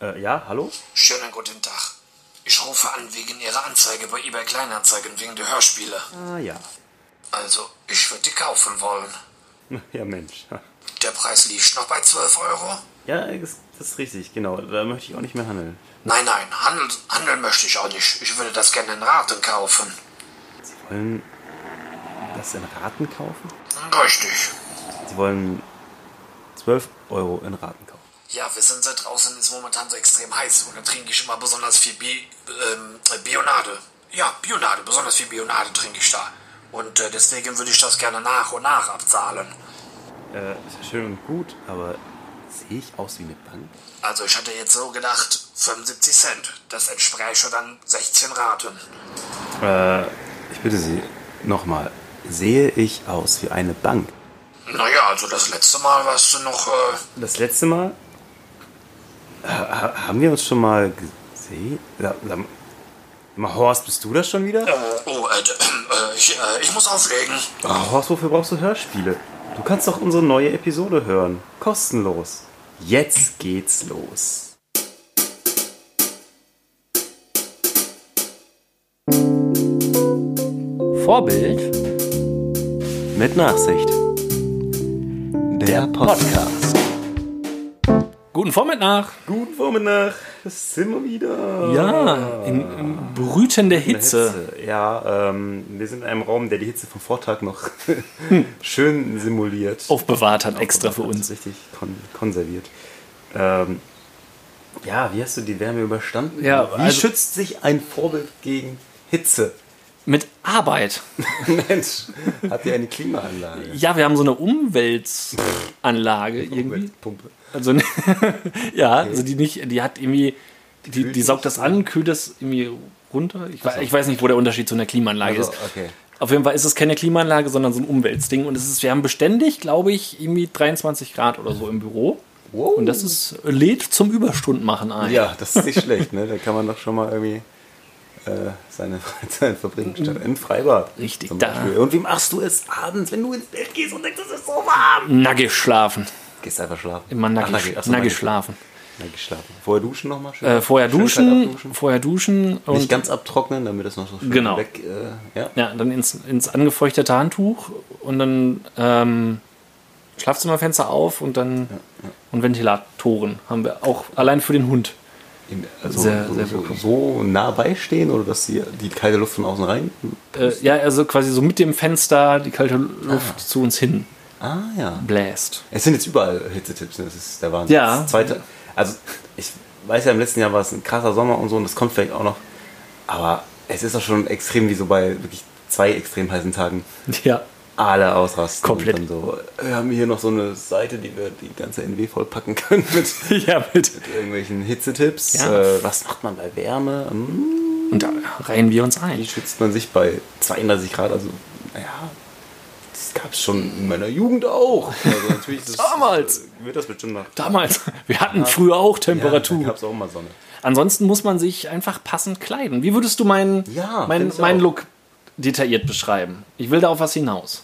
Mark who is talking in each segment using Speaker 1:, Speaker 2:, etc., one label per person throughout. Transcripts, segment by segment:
Speaker 1: Äh, ja, hallo?
Speaker 2: Schönen guten Tag. Ich rufe an wegen Ihrer Anzeige bei eBay Kleinanzeigen wegen der Hörspiele.
Speaker 1: Ah ja.
Speaker 2: Also, ich würde die kaufen wollen.
Speaker 1: Ja, Mensch.
Speaker 2: Der Preis liegt noch bei 12 Euro?
Speaker 1: Ja, das, das ist richtig, genau. Da möchte ich auch nicht mehr handeln.
Speaker 2: Nein, nein, handeln, handeln möchte ich auch nicht. Ich würde das gerne in Raten kaufen.
Speaker 1: Sie wollen das in Raten kaufen?
Speaker 2: Richtig.
Speaker 1: Sie wollen 12 Euro in Raten kaufen.
Speaker 2: Ja, wir sind seit draußen, ist momentan so extrem heiß und da trinke ich immer besonders viel Bi ähm, Bionade. Ja, Bionade, besonders viel Bionade trinke ich da. Und äh, deswegen würde ich das gerne nach und nach abzahlen.
Speaker 1: Äh, ist ja schön und gut, aber sehe ich aus wie eine Bank?
Speaker 2: Also ich hatte jetzt so gedacht, 75 Cent. Das entspräche dann 16 Raten.
Speaker 1: Äh, ich bitte Sie, nochmal. Sehe ich aus wie eine Bank?
Speaker 2: Naja, also das letzte Mal warst du noch, äh,
Speaker 1: Das letzte Mal. Ha- Ha haben wir uns schon mal gesehen? Sag, sag mal- sag mal, Horst, bist du das schon wieder?
Speaker 2: oh, äh, d- äh, ich, äh, ich muss auflegen.
Speaker 1: Ah, Horst, wofür brauchst du Hörspiele? Du kannst doch unsere neue Episode hören. Kostenlos. Jetzt geht's los.
Speaker 3: Vorbild
Speaker 1: Mit Nachsicht.
Speaker 3: der Podcast. Guten Vormittag.
Speaker 1: Guten Vormittag. Das sind wir wieder.
Speaker 3: Ja, in, in brütender Oh. Hitze.
Speaker 1: Hitze. Ja, ähm, wir sind in einem Raum, der die Hitze vom Vortag noch schön simuliert.
Speaker 3: Aufbewahrt hat Hm. extra für
Speaker 1: Aufbewahrt,
Speaker 3: uns.
Speaker 1: Richtig kon konserviert. Ähm, ja, wie hast du die Wärme überstanden?
Speaker 3: Ja,
Speaker 1: wie
Speaker 3: also-
Speaker 1: schützt sich ein Vorbild gegen Hitze?
Speaker 3: Mit Arbeit.
Speaker 1: Mensch, habt ihr eine Klimaanlage?
Speaker 3: Ja, wir haben so eine Umweltanlage irgendwie.
Speaker 1: Umweltpumpe.
Speaker 3: Also, ja, also die nicht, die hat irgendwie, die, die saugt das an, kühlt das irgendwie runter. Ich, weiß- ich weiß nicht, wo der Unterschied zu einer Klimaanlage
Speaker 1: Also,
Speaker 3: ist.
Speaker 1: okay.
Speaker 3: Auf jeden Fall ist es keine Klimaanlage, sondern so ein Umweltding. Und es ist, wir haben beständig, glaube ich, irgendwie 23 Grad oder so im Büro.
Speaker 1: Wow.
Speaker 3: Und das ist, lädt zum Überstundenmachen ein.
Speaker 1: Ja, das ist nicht schlecht, ne? Da kann man doch schon mal irgendwie äh, seine Freizeit verbringen, statt im Freibad.
Speaker 3: Richtig,
Speaker 1: Zum
Speaker 3: da.
Speaker 1: Beispiel. Und wie machst du es abends, wenn du ins Bett gehst und denkst, es ist so warm?
Speaker 3: Nackig schlafen.
Speaker 1: Gehst einfach schlafen.
Speaker 3: Mhm. Immer nackig,
Speaker 1: nackig, achso,
Speaker 3: nackig
Speaker 1: nackig.
Speaker 3: schlafen.
Speaker 1: Nackig schlafen. Vorher duschen nochmal schön.
Speaker 3: Äh, vorher
Speaker 1: Schön kalt
Speaker 3: duschen,
Speaker 1: abduschen.
Speaker 3: vorher duschen
Speaker 1: Nicht
Speaker 3: und
Speaker 1: ganz abtrocknen, damit das noch so schön
Speaker 3: Genau.
Speaker 1: weg. Äh, ja.
Speaker 3: ja, dann ins, ins angefeuchtete Handtuch und dann ähm, Schlafzimmerfenster auf und dann und Ventilatoren haben wir auch allein für den Hund.
Speaker 1: In, also
Speaker 3: Sehr-
Speaker 1: so,
Speaker 3: sehr
Speaker 1: so,
Speaker 3: willkommen.
Speaker 1: so nah beistehen oder dass die, die kalte Luft von außen rein.
Speaker 3: Äh, ja, also quasi so mit dem Fenster die kalte Luft zu uns hin
Speaker 1: Ah ja.
Speaker 3: bläst.
Speaker 1: Es sind jetzt überall Hitzetipps, ne? das ist der Wahnsinn.
Speaker 3: Ja.
Speaker 1: Das zweite, also ich weiß ja, im letzten Jahr war es ein krasser Sommer und so und das kommt vielleicht auch noch. Aber es ist doch schon extrem wie so bei wirklich zwei extrem heißen Tagen.
Speaker 3: Ja.
Speaker 1: Alle ausrasten.
Speaker 3: Komplett.
Speaker 1: Und dann so, "Äh, wir haben hier noch so eine Seite, die wir die ganze NW vollpacken können mit
Speaker 3: Ja, mit.
Speaker 1: irgendwelchen Hitzetipps.
Speaker 3: Ja.
Speaker 1: Äh, was macht man bei Wärme? Hm,
Speaker 3: Und da reihen wir uns ein.
Speaker 1: wie schützt man sich bei 32 Grad? Also, naja, das gab es schon in meiner Jugend auch. Also natürlich das, äh,
Speaker 3: Damals.
Speaker 1: Wird das bestimmt noch.
Speaker 3: Damals, wir hatten früher auch Temperatur.
Speaker 1: Ja, da gab's auch mal Sonne.
Speaker 3: Ansonsten muss man sich einfach passend kleiden. Wie würdest du meinen
Speaker 1: Ja,
Speaker 3: meinen
Speaker 1: find ich
Speaker 3: meinen
Speaker 1: auch.
Speaker 3: Look detailliert beschreiben? Ich will da auf was hinaus.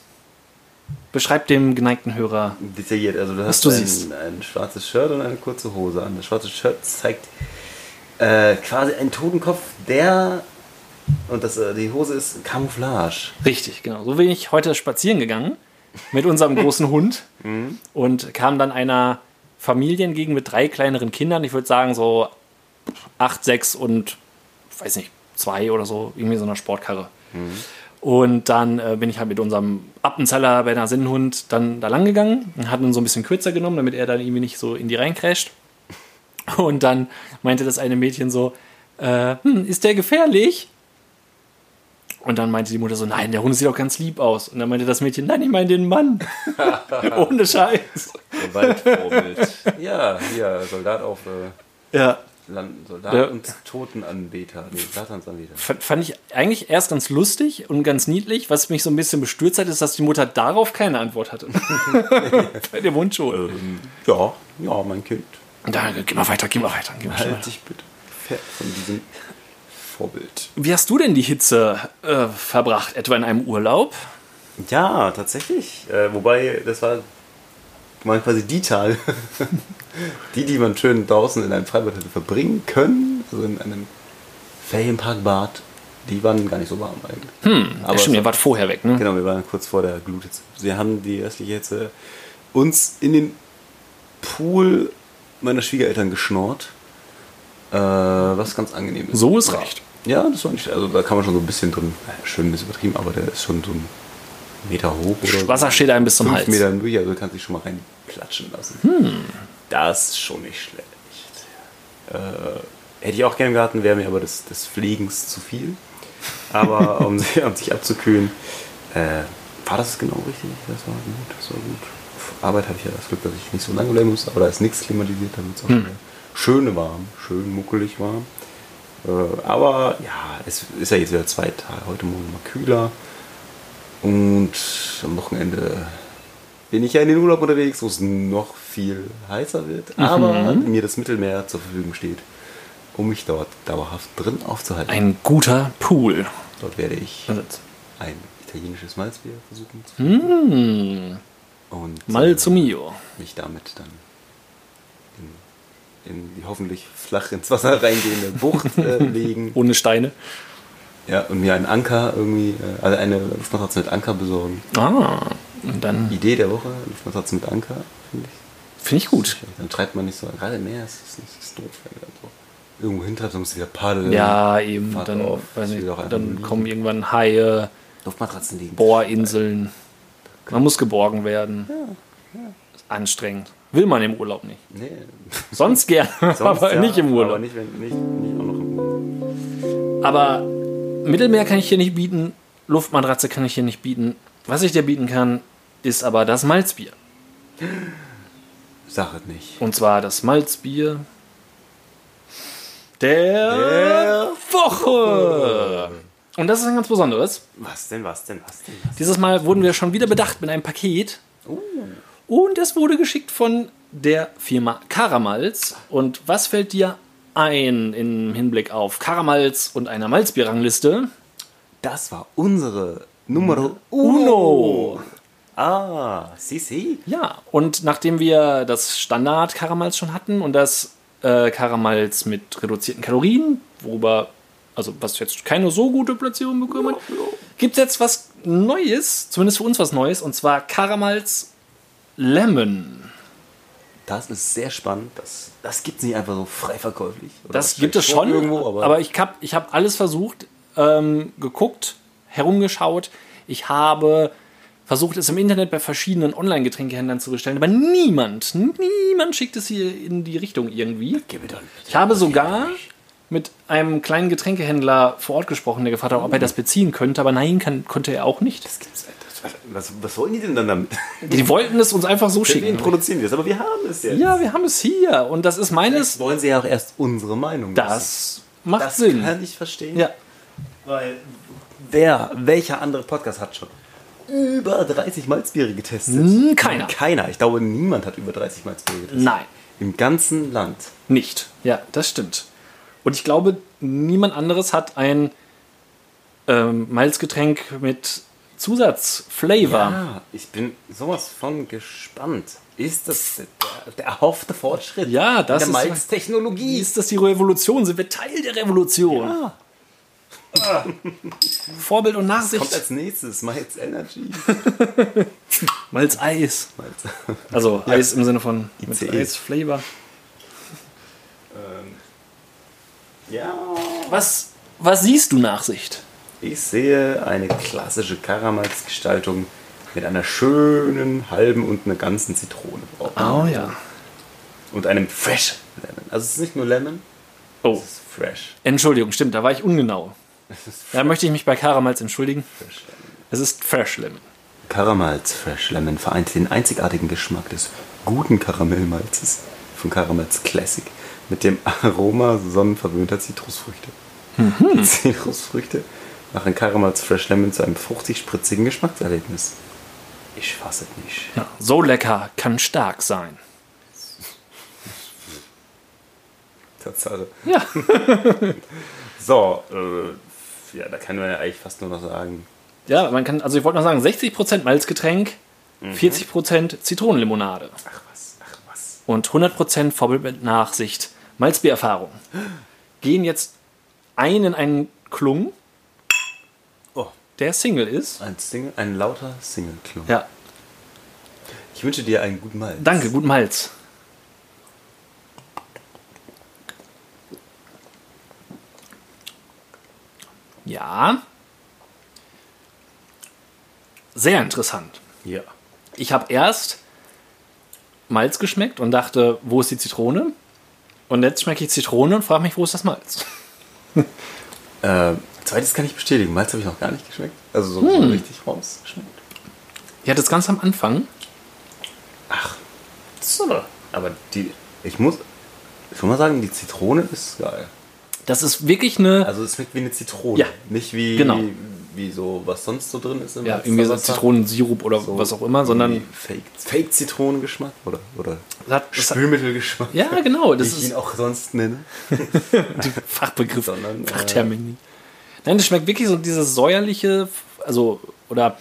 Speaker 3: Beschreib dem geneigten Hörer.
Speaker 1: Detailliert, also du hast
Speaker 3: du siehst.
Speaker 1: ein, ein schwarzes Shirt und eine kurze Hose an. Das schwarze Shirt zeigt äh, quasi einen Totenkopf, der und das, äh, die Hose ist Camouflage.
Speaker 3: Richtig, genau. So bin ich heute spazieren gegangen mit unserem großen Hund und kam dann einer Familie entgegen mit drei kleineren Kindern. Ich würde sagen so acht, sechs und weiß nicht zwei oder so irgendwie so einer Sportkarre. Und dann äh, bin ich halt mit unserem Appenzeller Berner Sinnhund dann da lang gegangen und hat ihn so ein bisschen kürzer genommen, damit er dann irgendwie nicht so in die reincrasht. Und dann meinte das eine Mädchen so, äh, hm, ist der gefährlich? Und dann meinte die Mutter so, nein, der Hund sieht doch ganz lieb aus. Und dann meinte das Mädchen, nein, ich meine den Mann. Ohne Scheiß.
Speaker 1: Gewaltvorbild. ja, hier, Soldat auf äh,
Speaker 3: Ja.
Speaker 1: Land, Soldat
Speaker 3: Ja.
Speaker 1: und Totenanbeter. Nee, Satansanbeter.
Speaker 3: Fand, fand ich eigentlich erst ganz lustig und ganz niedlich. Was mich so ein bisschen bestürzt hat, ist, dass die Mutter darauf keine Antwort hatte. Bei dem Hund schon.
Speaker 1: Ja, ja, mein Kind.
Speaker 3: Und dann, geh mal weiter, geh mal weiter, geh mal
Speaker 1: Halt
Speaker 3: weiter.
Speaker 1: dich bitte fern von diesem Vorbild.
Speaker 3: Wie hast du denn die Hitze äh, verbracht? Etwa in einem Urlaub?
Speaker 1: Ja, tatsächlich. Äh, wobei, das war Wir machen quasi die Tage. die, die man schön draußen in einem Freibad hätte verbringen können, also in einem Ferienparkbad, die waren gar nicht so warm eigentlich. Hm,
Speaker 3: Aber stimmt, ihr wart vorher weg, ne?
Speaker 1: Genau, wir waren kurz vor der Gluthitze. Wir haben die restliche Hitze uns in den Pool meiner Schwiegereltern geschnorrt, äh, was ganz angenehm ist.
Speaker 3: So ist recht.
Speaker 1: Ja, das war nicht. Also da kann man schon so ein bisschen drin, naja, schön ein bisschen übertrieben, aber der ist schon so ein Meter hoch oder so.
Speaker 3: Wasser steht einem bis zum
Speaker 1: fünf
Speaker 3: Hals. Hm.
Speaker 1: Meter durch, also kannst dich schon mal reinplatschen lassen. Das ist schon nicht schlecht. Äh, hätte ich auch gerne gehabt, wäre mir aber des, des Fliegens zu viel. Aber um, sich- um sich abzukühlen, äh, war das genau richtig? Das war gut, das war gut. Auf Arbeit hatte ich ja das Glück, dass ich nicht so lange bleiben musste, aber da ist nichts klimatisiert, damit es auch
Speaker 3: Hm.
Speaker 1: schnell schön warm, schön muckelig warm. Äh, aber ja, es ist ja jetzt wieder zwei Tage, heute Morgen mal kühler. Und am Wochenende bin ich ja in den Urlaub unterwegs, wo es noch viel heißer wird, aber mir das Mittelmeer zur Verfügung steht, um mich dort dauerhaft drin aufzuhalten.
Speaker 3: Ein Äh. guter Pool.
Speaker 1: dort werde ich
Speaker 3: Sitz.
Speaker 1: ein italienisches Malzbier versuchen zu finden und äh,
Speaker 3: Malzo Hm, mio.
Speaker 1: mich damit dann in, in die hoffentlich flach ins Wasser reingehende Bucht äh, legen
Speaker 3: Ohne Steine.
Speaker 1: ja, und mir einen Anker irgendwie, äh, also eine Luftmatratze mit Anker besorgen.
Speaker 3: Ah, und dann
Speaker 1: Idee der Woche, Luftmatratze mit Anker, finde ich.
Speaker 3: finde ich gut.
Speaker 1: Dann treibt man nicht so, gerade im Meer ist es nicht ist doof. wenn man so Irgendwo hintreibt, dann muss wieder paddeln.
Speaker 3: Ja, eben.
Speaker 1: Fahrt
Speaker 3: Dann,
Speaker 1: auf,
Speaker 3: weiß
Speaker 1: ich
Speaker 3: nicht,
Speaker 1: will doch einfach nur
Speaker 3: dann
Speaker 1: liegen.
Speaker 3: kommen irgendwann Haie,
Speaker 1: Luftmatratzen liegen.
Speaker 3: Bohrinseln. Man muss geborgen werden. Ist anstrengend. Will man im Urlaub nicht.
Speaker 1: Nee.
Speaker 3: Sonst gern,
Speaker 1: Sonst,
Speaker 3: aber
Speaker 1: ja,
Speaker 3: nicht im
Speaker 1: Aber
Speaker 3: Urlaub.
Speaker 1: nicht, wenn, nicht, nicht auch noch im Urlaub.
Speaker 3: Aber Mittelmeer kann ich hier nicht bieten, Luftmatratze kann ich hier nicht bieten. Was ich dir bieten kann, ist aber das Malzbier.
Speaker 1: Sag es nicht.
Speaker 3: Und zwar das Malzbier der, Woche. Und das ist ein ganz besonderes.
Speaker 1: Was denn, was denn, was denn? Was?
Speaker 3: Dieses Mal wurden wir schon wieder bedacht mit einem Paket. Und es wurde geschickt von der Firma Karamals. Und was fällt dir ein im Hinblick auf Karamals und einer Malzbierrangliste?
Speaker 1: Das war unsere Numero
Speaker 3: Uno.
Speaker 1: Ah, si, si.
Speaker 3: Ja, und nachdem wir das Standard Karamals schon hatten und das äh, Karamals mit reduzierten Kalorien, worüber, also was jetzt keine so gute Platzierung bekommen hat, gibt es jetzt was Neues, zumindest für uns was Neues, und zwar Karamals Lemon.
Speaker 1: Das ist sehr spannend. Das, das gibt es nicht einfach so frei verkäuflich. Oder
Speaker 3: Das gibt es
Speaker 1: vielleicht
Speaker 3: schon,
Speaker 1: Irgendwo,
Speaker 3: aber,
Speaker 1: aber,
Speaker 3: ich habe ich hab alles versucht, ähm, geguckt, herumgeschaut. Ich habe versucht, es im Internet bei verschiedenen Online-Getränkehändlern zu bestellen, aber niemand, niemand schickt es hier in die Richtung irgendwie.
Speaker 1: Gib mir doch nicht.
Speaker 3: Ich habe sogar mit einem kleinen Getränkehändler vor Ort gesprochen, der gefragt hat, ob er das beziehen könnte, aber nein, kann, konnte er auch nicht.
Speaker 1: Das gibt's- halt, das- Was, was wollen die denn dann damit?
Speaker 3: Die wollten es uns einfach so
Speaker 1: Wen
Speaker 3: schicken.
Speaker 1: produzieren wir es? Aber wir haben es jetzt.
Speaker 3: Ja, wir haben es hier und das ist meines.
Speaker 1: wollen sie ja auch erst unsere Meinung wissen.
Speaker 3: Das macht
Speaker 1: Das
Speaker 3: Sinn.
Speaker 1: kann ich verstehen.
Speaker 3: Ja,
Speaker 1: Weil wer, welcher andere Podcast hat schon über 30 Malzbiere
Speaker 3: Hm,
Speaker 1: getestet?
Speaker 3: keiner.
Speaker 1: Keiner. Ich glaube, niemand hat über 30 Malzbiere getestet.
Speaker 3: Nein.
Speaker 1: Im ganzen Land.
Speaker 3: nicht. Ja, das stimmt. Und ich glaube, niemand anderes hat ein ähm, Malzgetränk mit Zusatzflavor.
Speaker 1: Ja, Ah, ich bin sowas von gespannt. Ist das der, der erhoffte Fortschritt
Speaker 3: Ja, das
Speaker 1: in
Speaker 3: ist-
Speaker 1: der Malztechnologie? Ah,
Speaker 3: Ist das die Revolution? Sind wir Teil der Revolution?
Speaker 1: Ja.
Speaker 3: Vorbild und
Speaker 1: Kommt
Speaker 3: Nachsicht.
Speaker 1: als nächstes Malz Energy.
Speaker 3: Malz Eis.
Speaker 1: Malz.
Speaker 3: Also Eis im Sinne von mit
Speaker 1: ICE.
Speaker 3: Eis-Flavor.
Speaker 1: Ähm, ja.
Speaker 3: Was, was siehst du Nachsicht?
Speaker 1: Ich sehe eine klassische Karamals-Gestaltung mit einer schönen halben und einer ganzen Zitrone drauf.
Speaker 3: Oh ja.
Speaker 1: Und einem Fresh Lemon. Also es ist nicht nur Lemon,
Speaker 3: Oh,
Speaker 1: es ist Fresh.
Speaker 3: Entschuldigung, stimmt, da war ich ungenau.
Speaker 1: Es ist
Speaker 3: Da möchte ich mich bei Karamals entschuldigen.
Speaker 1: Fresh Lemon.
Speaker 3: Es ist Fresh Lemon.
Speaker 1: Karamals Fresh Lemon vereint den einzigartigen Geschmack des guten Karamellmalzes von Karamals Classic mit dem Aroma sonnenverwöhnter Zitrusfrüchte.
Speaker 3: Mhm.
Speaker 1: Die Zitrusfrüchte machen Karamals Fresh Lemon zu einem fruchtig-spritzigen Geschmackserlebnis. Ich fasse es nicht.
Speaker 3: Ja, so lecker kann stark sein.
Speaker 1: Tatsache.
Speaker 3: Ja.
Speaker 1: So, äh, ja, da kann man ja eigentlich fast nur noch sagen,
Speaker 3: Ja, man kann, also ich wollte noch sagen, 60% Malzgetränk, 40% Zitronenlimonade
Speaker 1: Ach was, ach was.
Speaker 3: und 100% Vorbildnachsicht Malzbiererfahrung. Gehen jetzt einen in einen Klung,
Speaker 1: Oh,
Speaker 3: der Single ist.
Speaker 1: ein Single, ein lauter Single-Klon.
Speaker 3: Ja,
Speaker 1: Ich wünsche dir einen guten Mal.
Speaker 3: danke, guten Hals. Ja. Sehr interessant.
Speaker 1: Ja.
Speaker 3: ich habe erst Malz geschmeckt und dachte, wo ist die Zitrone? Und jetzt schmecke ich Zitrone und frage mich, wo ist das Malz?
Speaker 1: Äh, zweites kann ich bestätigen. Malz habe ich noch gar nicht geschmeckt. Also so,
Speaker 3: Hm.
Speaker 1: so richtig rausgeschmeckt.
Speaker 3: Ich hatte es ganz am Anfang.
Speaker 1: Ach, so. Aber die, ich muss, ich muss mal sagen, die Zitrone ist geil.
Speaker 3: Das ist wirklich eine.
Speaker 1: Also es schmeckt wie eine Zitrone.
Speaker 3: Ja.
Speaker 1: Nicht wie,
Speaker 3: Genau.
Speaker 1: wie so, was sonst so drin ist. Im
Speaker 3: ja, irgendwie so
Speaker 1: Wasser.
Speaker 3: Zitronensirup oder
Speaker 1: So
Speaker 3: was auch immer, sondern.
Speaker 1: irgendwie Fake, Fake Zitronengeschmack oder, oder
Speaker 3: Das hat- das hat-
Speaker 1: Spülmittelgeschmack.
Speaker 3: Ja, genau,
Speaker 1: Wie
Speaker 3: das
Speaker 1: ich ihn
Speaker 3: ist
Speaker 1: auch sonst nenne.
Speaker 3: Fachbegriff,
Speaker 1: Sondern, äh,
Speaker 3: Fachtermini. Nein, das schmeckt wirklich so dieses säuerliche, also, oder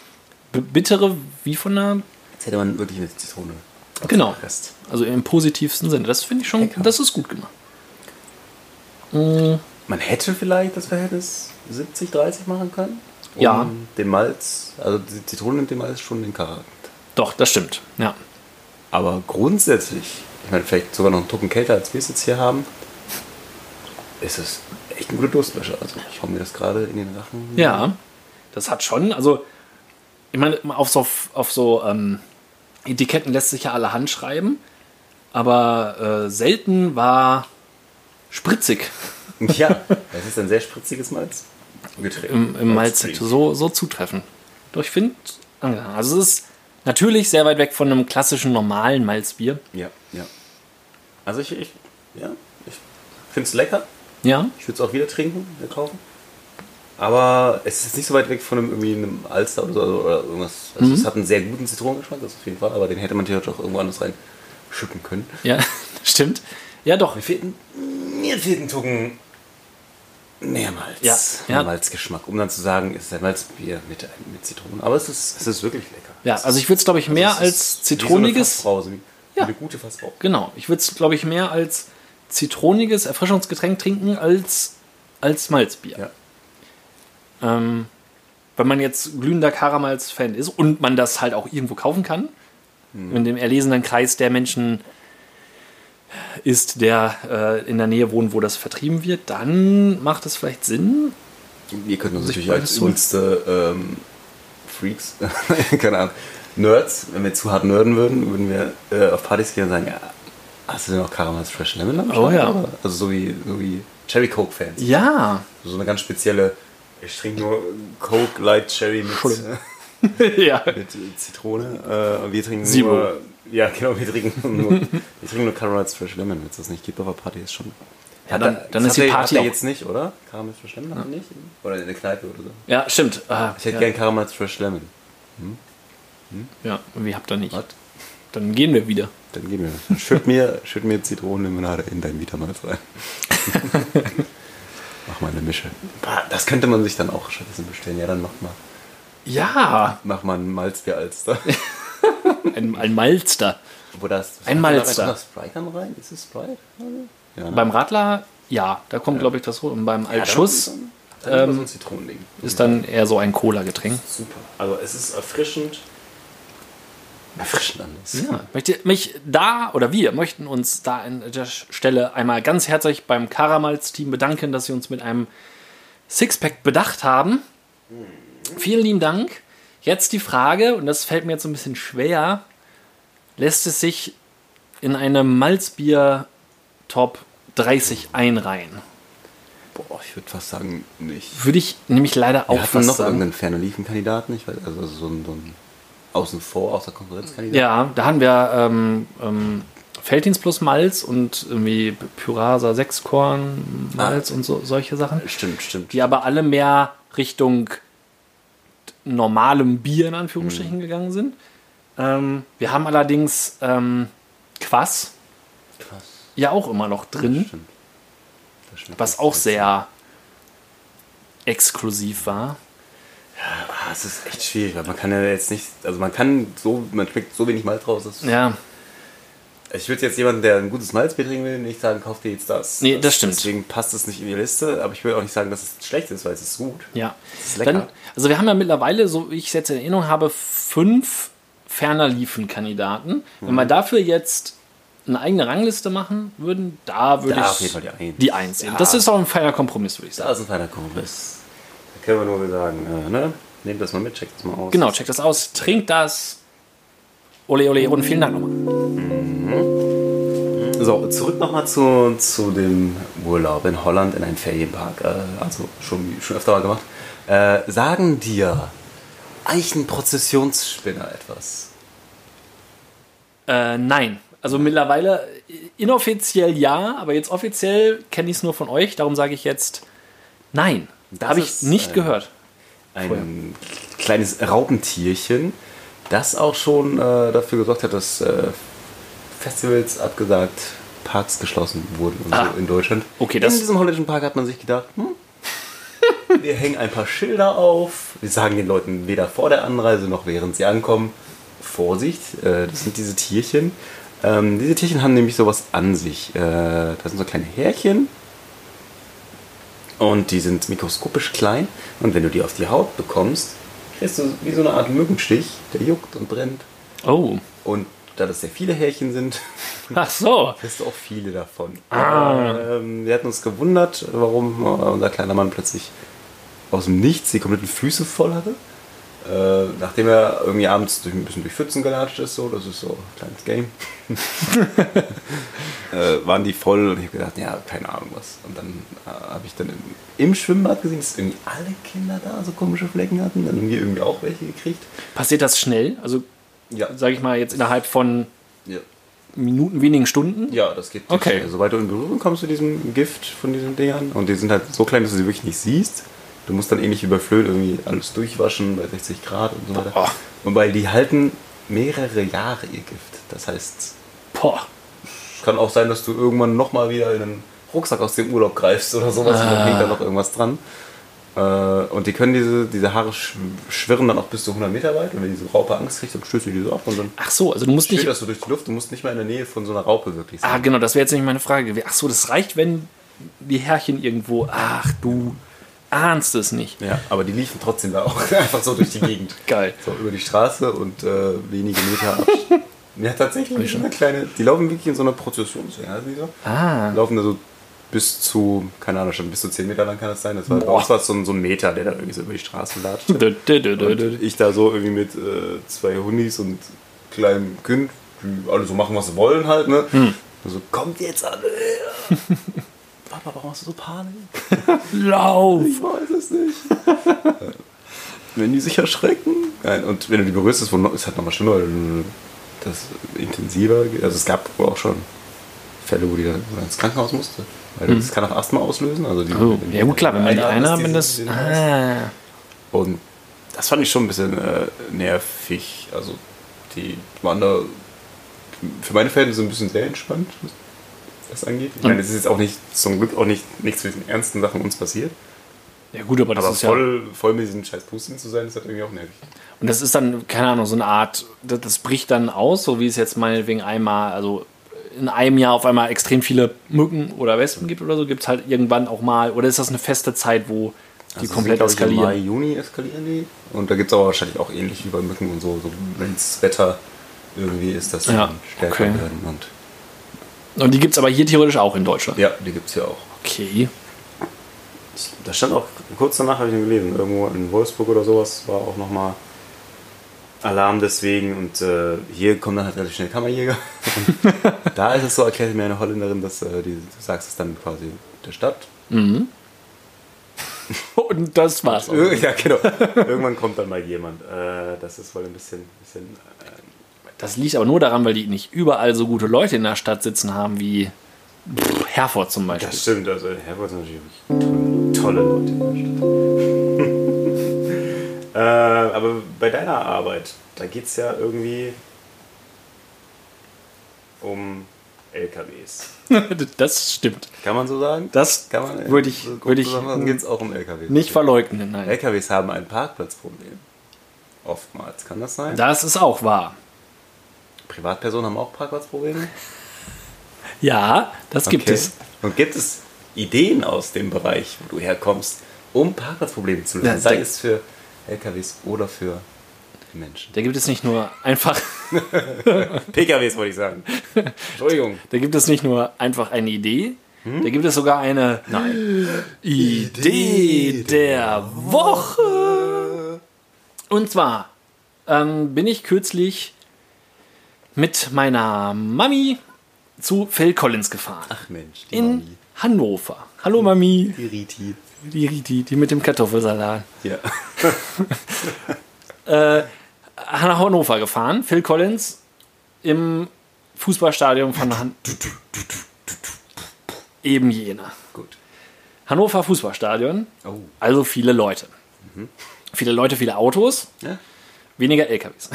Speaker 3: b- bittere, wie von einer.
Speaker 1: Jetzt hätte man wirklich eine Zitrone.
Speaker 3: Genau.
Speaker 1: Rest.
Speaker 3: Also im positivsten Sinne. Das finde ich schon,
Speaker 1: Lecker.
Speaker 3: das ist gut gemacht. Mm,
Speaker 1: Man hätte vielleicht das Verhältnis 70-30 machen können. um
Speaker 3: Ja.
Speaker 1: Den Malz, also die Zitrone nimmt dem Malz schon den Charakter.
Speaker 3: Doch, das stimmt. Ja.
Speaker 1: Aber grundsätzlich, ich meine, vielleicht sogar noch einen Tucken kälter, als wir es jetzt hier haben, ist es echt eine gute Durstwäsche. Also ich hau mir das gerade in den Rachen.
Speaker 3: Ja, das hat schon. Also, ich meine, auf so, auf so ähm, Etiketten lässt sich ja alle handschreiben, aber äh, selten war spritzig
Speaker 1: Ja, das ist ein sehr spritziges Malz. Getränk.
Speaker 3: im, im Malz so, so zutreffend. Doch ich finde, angenehm. also es ist natürlich sehr weit weg von einem klassischen normalen Malzbier.
Speaker 1: Ja, ja. Also ich, ich, ja, ich finde es lecker.
Speaker 3: Ja,
Speaker 1: Ich würde es auch wieder trinken, wieder kaufen. Aber es ist jetzt nicht so weit weg von einem, irgendwie einem Alster oder, so, also- oder irgendwas.
Speaker 3: Mhm.
Speaker 1: Also Es hat einen sehr guten Zitronengeschmack, das auf jeden Fall, aber den hätte man theoretisch auch irgendwo anders rein schippen können.
Speaker 3: ja, stimmt. Ja, doch.
Speaker 1: Mir fehlt ein, mir fehlt ein Tucken mehrmals.
Speaker 3: Ja, ja.
Speaker 1: Malzgeschmack, um dann zu sagen, es ist ein Malzbier mit, mit Zitronen. Aber es ist, es ist wirklich lecker.
Speaker 3: Ja, also ich würde es, glaube ich,
Speaker 1: Es
Speaker 3: mehr
Speaker 1: ist
Speaker 3: als
Speaker 1: Wie
Speaker 3: zitroniges.
Speaker 1: so eine, Fassbrause, wie
Speaker 3: Ja.
Speaker 1: eine gute Fassbrause.
Speaker 3: Genau. Ich würde es, glaube ich, mehr als zitroniges Erfrischungsgetränk trinken als, als Malzbier.
Speaker 1: Ja.
Speaker 3: Ähm, wenn man jetzt glühender Karamals-Fan ist und man das halt auch irgendwo kaufen kann, in dem erlesenen Kreis der Menschen ist, der äh, in der Nähe wohnt, wo das vertrieben wird, dann macht es vielleicht Sinn.
Speaker 1: Ihr könnt uns
Speaker 3: Sich
Speaker 1: natürlich als
Speaker 3: beides holen.
Speaker 1: übelste ähm, Freaks, keine Ahnung, Nerds, wenn wir zu hart nerden würden, würden wir äh, auf Partys gehen und sagen, ja, hast du denn noch Caramels Fresh Lemon am Start?
Speaker 3: Oh ja.
Speaker 1: Oder? Also so wie, so wie Cherry Coke Fans.
Speaker 3: Ja.
Speaker 1: So eine ganz spezielle, ich trinke nur Coke Light Cherry mit, äh,
Speaker 3: Entschuldigung. ja.
Speaker 1: mit Zitrone. Äh, und wir trinken
Speaker 3: Zero.
Speaker 1: nur, ja genau, wir trinken nur, wir trinken nur Caramels Fresh Lemon, wenn es das nicht gibt auf der Party, ist schon... Ja,
Speaker 3: dann- dann ist die Party auch-
Speaker 1: jetzt nicht, oder? Caramels Fresh Lemon ja. nicht? Oder in der Kneipe oder so.
Speaker 3: Ja, stimmt. Ah,
Speaker 1: Ich hätte
Speaker 3: ja.
Speaker 1: gern Karamals Fresh Lemon.
Speaker 3: ja, wie habt ihr nicht?
Speaker 1: Was?
Speaker 3: Dann gehen wir wieder.
Speaker 1: Dann gib mir das. Schütt mir, schütt mir Zitronenlimonade in dein Vitamalz rein. mach mal eine Mische. Bah, Das könnte man sich dann auch stattdessen bestellen. Ja, dann mach mal,
Speaker 3: Ja,
Speaker 1: mach mal ein Malzbier Alster.
Speaker 3: ein, ein Malster.
Speaker 1: Wo das, was
Speaker 3: Ein
Speaker 1: macht man da
Speaker 3: Malzer.
Speaker 1: rein? Macht man da Sprite dann rein? Ist es Sprite? Ja, ne?
Speaker 3: Beim Radler, ja, da kommt, glaube ich, das hoch. Und beim
Speaker 1: Ja, dann-
Speaker 3: Altschuss
Speaker 1: Dann, dann
Speaker 3: ähm,
Speaker 1: so ein Zitronending.
Speaker 3: ist dann eher so ein Cola-Getränk.
Speaker 1: Super. Also es ist erfrischend. Erfrischend anders.
Speaker 3: Ja, möchte mich da oder wir möchten uns da an der Stelle einmal ganz herzlich beim Karamals-Team bedanken, dass sie uns mit einem Sixpack bedacht haben. Vielen lieben Dank. Jetzt die Frage, und das fällt mir jetzt so ein bisschen schwer, lässt es sich in eine Malzbier Top 30 einreihen?
Speaker 1: Boah, ich würde fast sagen, nicht.
Speaker 3: Würde ich nämlich leider auch
Speaker 1: Ja, hat man
Speaker 3: fast
Speaker 1: noch
Speaker 3: sagen.
Speaker 1: irgendeinen ferner Liefen-Kandidaten? Ich weiß, also so ein, so ein außen vor, außer Konkurrenzkandidat.
Speaker 3: Ja, da haben wir ähm, ähm, Felddienst plus Malz und irgendwie Pyrasa Sechskorn
Speaker 1: Ah.
Speaker 3: Malz und so, solche Sachen,
Speaker 1: Stimmt, stimmt.
Speaker 3: die aber alle mehr Richtung normalem Bier in Anführungsstrichen
Speaker 1: Mhm.
Speaker 3: gegangen sind. Ähm, wir haben allerdings ähm, Quass
Speaker 1: Krass.
Speaker 3: ja auch immer noch drin,
Speaker 1: Stimmt. Das schmeckt
Speaker 3: Hm? was
Speaker 1: echt
Speaker 3: auch
Speaker 1: gut.
Speaker 3: sehr exklusiv war.
Speaker 1: Ah, Ja, es ist echt schwierig, weil man kann ja jetzt nicht, also man kann so, man schmeckt so wenig Malz raus. dass-
Speaker 3: Ja,
Speaker 1: Ich würde jetzt jemanden, der ein gutes Malzbier trinken will, nicht sagen, kauft dir jetzt das.
Speaker 3: Nee, das stimmt.
Speaker 1: Deswegen passt es nicht in die Liste, aber ich würde auch nicht sagen, dass es schlecht ist, weil es ist gut.
Speaker 3: ja.
Speaker 1: ist lecker.
Speaker 3: Dann, also wir haben ja mittlerweile, so wie ich es jetzt in Erinnerung habe, fünf ferner liefen Kandidaten. Wenn
Speaker 1: Mhm.
Speaker 3: wir dafür jetzt eine eigene Rangliste machen würden, da würde
Speaker 1: Da
Speaker 3: ich
Speaker 1: auf jeden Fall die Eins.
Speaker 3: die Eins sehen. Das ist auch ein feiner Kompromiss, würde ich sagen.
Speaker 1: Da ist ein feiner Kompromiss. Da können wir nur sagen, äh, ne? Nehmt das mal mit, checkt das mal aus.
Speaker 3: Genau, checkt das aus, trinkt das. Ole, ole, und vielen Dank nochmal.
Speaker 1: So, zurück nochmal zu, zu dem Urlaub in Holland in einem Ferienpark. Äh, also schon, schon öfter mal gemacht. Äh, sagen dir Eichenprozessionsspinner etwas?
Speaker 3: Äh, nein. Also mittlerweile inoffiziell ja, aber jetzt offiziell kenne ich es nur von euch, darum sage ich jetzt nein.
Speaker 1: Das
Speaker 3: Habe ich
Speaker 1: ist,
Speaker 3: nicht
Speaker 1: äh,
Speaker 3: gehört.
Speaker 1: ein kleines Raupentierchen, das auch schon äh, dafür gesorgt hat, dass äh, Festivals abgesagt, Parks geschlossen wurden und
Speaker 3: Ah.
Speaker 1: so in Deutschland.
Speaker 3: Okay, das-
Speaker 1: in diesem holländischen Park hat man sich gedacht, hm, wir hängen ein paar Schilder auf, wir sagen den Leuten weder vor der Anreise noch während sie ankommen, Vorsicht, äh, das sind diese Tierchen. Ähm, diese Tierchen haben nämlich sowas an sich. Äh, das sind so kleine Härchen, und die sind mikroskopisch klein. Und wenn du die auf die Haut bekommst, kriegst du wie so eine Art Mückenstich, der juckt und brennt.
Speaker 3: Oh.
Speaker 1: Und da das sehr viele Härchen sind,
Speaker 3: Ach so.
Speaker 1: kriegst du auch viele davon.
Speaker 3: Ah.
Speaker 1: Aber, Ähm, wir hatten uns gewundert, warum äh, unser kleiner Mann plötzlich aus dem Nichts die kompletten Füße voll hatte. Äh, nachdem er irgendwie abends durch, ein bisschen durch Pfützen gelatscht ist, so, das ist so ein kleines Game, äh, waren die voll und ich habe gedacht, ja, keine Ahnung was. Und dann äh, habe ich dann im, im Schwimmbad gesehen, dass irgendwie alle Kinder da so komische Flecken hatten. Dann haben wir irgendwie auch welche gekriegt.
Speaker 3: Passiert das schnell? Also,
Speaker 1: Ja,
Speaker 3: sage ich mal, jetzt innerhalb von
Speaker 1: ja.
Speaker 3: Minuten, wenigen Stunden?
Speaker 1: Ja, das geht.
Speaker 3: Okay.
Speaker 1: Nicht. Sobald du in Berührung kommst mit diesem Gift von diesen Dingern und die sind halt so klein, dass du sie wirklich nicht siehst. Du musst dann ähnlich wie bei Flöhe irgendwie alles durchwaschen bei 60 Grad und so weiter.
Speaker 3: Boah.
Speaker 1: Und weil die halten mehrere Jahre ihr Gift. Das heißt,
Speaker 3: Boah.
Speaker 1: es kann auch sein, dass du irgendwann nochmal wieder in einen Rucksack aus dem Urlaub greifst oder sowas und
Speaker 3: Ah.
Speaker 1: dann hängt da noch irgendwas dran. Äh, Und die können diese, diese Haare schw- schwirren dann auch bis zu 100 Meter weit. Und wenn diese Raupe Angst kriegt, dann stößt du die so ab und dann
Speaker 3: Ach so, also du musst nicht.
Speaker 1: schwirrt das so durch die Luft. Du musst nicht mal in der Nähe von so einer Raupe wirklich sein.
Speaker 3: Ah, genau, das wäre jetzt nicht meine Frage gewesen. Ach so, das reicht, wenn die Härchen irgendwo. Ach, du ahnst es nicht.
Speaker 1: Ja, aber die liefen trotzdem da auch einfach so durch die Gegend.
Speaker 3: Geil.
Speaker 1: So über die Straße und äh, wenige Meter ab. ja, tatsächlich. so Eine kleine, die laufen wirklich in so einer Prozession. So, ja, siehst du?
Speaker 3: Ah.
Speaker 1: Die laufen da so bis zu, keine Ahnung, schon bis zu 10 Meter lang kann das sein. Das war, bei uns war es so ein, so ein Meter, der da irgendwie so über die Straße latscht.
Speaker 3: Dö, dö, dö, dö, dö.
Speaker 1: Und ich da so irgendwie mit äh, zwei Hundis und kleinem Kind, die alle so machen, was sie wollen halt, ne?
Speaker 3: Hm.
Speaker 1: Und So, kommt jetzt alle. Papa, warum hast du so Panik?
Speaker 3: Lauf!
Speaker 1: Ich weiß es nicht. wenn die sich erschrecken. Nein, und wenn du die berührst, ist es halt nochmal schlimmer, weil du das intensiver geht. Also es gab wohl auch schon Fälle, wo die dann ins Krankenhaus musste. Weil das kann auch Asthma auslösen. Also die,
Speaker 3: Hm. Oh,
Speaker 1: wenn
Speaker 3: ja gut, klar, wenn man die
Speaker 1: einatmest,
Speaker 3: einer,
Speaker 1: diesen-
Speaker 3: wenn das.
Speaker 1: diesen-
Speaker 3: Ah.
Speaker 1: Und das fand ich schon ein bisschen äh, nervig. Also die waren da für meine Verhältnisse ein bisschen sehr entspannt, was das angeht. Ich meine, es ist jetzt auch nicht, zum Glück auch nicht nichts mit den ernsten Sachen uns passiert.
Speaker 3: Ja gut, aber das
Speaker 1: Aber
Speaker 3: ist ja.
Speaker 1: voll, voll mit diesen scheiß Pusten zu sein, ist halt irgendwie auch nervig.
Speaker 3: Und das ist dann, keine Ahnung, so eine Art, das, das bricht dann aus, so wie es jetzt meinetwegen einmal, also in einem Jahr auf einmal extrem viele Mücken oder Wespen gibt oder so, gibt es halt irgendwann auch mal, oder ist das eine feste Zeit, wo die
Speaker 1: Also sind,
Speaker 3: komplett
Speaker 1: glaub ich,
Speaker 3: eskalieren?
Speaker 1: Im Mai, Juni eskalieren die. Und da gibt es aber wahrscheinlich auch ähnlich wie bei Mücken und so, so wenn das Wetter irgendwie ist, dass die
Speaker 3: Ja,
Speaker 1: dann stärker
Speaker 3: okay.
Speaker 1: werden. Und
Speaker 3: Und die gibt es aber hier theoretisch auch in Deutschland.
Speaker 1: ja, die gibt es ja auch.
Speaker 3: Okay.
Speaker 1: Da stand auch, kurz danach habe ich ihn gelesen, irgendwo in Wolfsburg oder sowas war auch nochmal Alarm deswegen und äh, hier kommen dann halt relativ schnell Kammerjäger. Und da ist es so, erklärte mir eine Holländerin, dass äh, die, du sagst es dann quasi der Stadt.
Speaker 3: Und das war's. Auch.
Speaker 1: Irg- Ja, genau. Irgendwann kommt dann mal jemand. Äh, das ist wohl ein bisschen, bisschen
Speaker 3: Das liegt aber nur daran, weil die nicht überall so gute Leute in der Stadt sitzen haben wie pff, Herford zum Beispiel.
Speaker 1: Das stimmt, also Herford sind natürlich wirklich tolle, tolle Leute in der Stadt. äh, aber bei deiner Arbeit, da geht es ja irgendwie um LKWs.
Speaker 3: das stimmt.
Speaker 1: Kann man so sagen?
Speaker 3: Das
Speaker 1: Kann man
Speaker 3: würde ich,
Speaker 1: so grob
Speaker 3: würde ich
Speaker 1: zusammenfassen, geht's auch um LKWs.
Speaker 3: nicht verleugnen. Nein.
Speaker 1: LKWs haben ein Parkplatzproblem. Oftmals kann das sein.
Speaker 3: Das ist auch wahr.
Speaker 1: Privatpersonen haben auch Parkplatzprobleme.
Speaker 3: Ja, das gibt
Speaker 1: Okay.
Speaker 3: es.
Speaker 1: Und gibt es Ideen aus dem Bereich, wo du herkommst, um Parkplatzprobleme zu lösen?
Speaker 3: Ja,
Speaker 1: sei
Speaker 3: da-
Speaker 1: es für LKWs oder für Menschen.
Speaker 3: Da gibt es nicht nur einfach,
Speaker 1: PKWs wollte ich sagen. Entschuldigung.
Speaker 3: da gibt es nicht nur einfach eine Idee.
Speaker 1: Hm?
Speaker 3: Da gibt es sogar eine Idee der Woche. Und zwar ähm, bin ich kürzlich mit meiner Mami zu Phil Collins gefahren.
Speaker 1: Ach Mensch, die
Speaker 3: in
Speaker 1: Mami,
Speaker 3: Hannover. Hallo Mami,
Speaker 1: die Riti.
Speaker 3: die, die, die mit dem Kartoffelsalat.
Speaker 1: Ja.
Speaker 3: nach Hannover Äh, gefahren. Phil Collins im Fußballstadion von Han eben jener.
Speaker 1: Gut.
Speaker 3: Hannover Fußballstadion,
Speaker 1: Oh.
Speaker 3: also viele Leute. Viele Leute, viele Autos,
Speaker 1: Ja?
Speaker 3: weniger LKWs,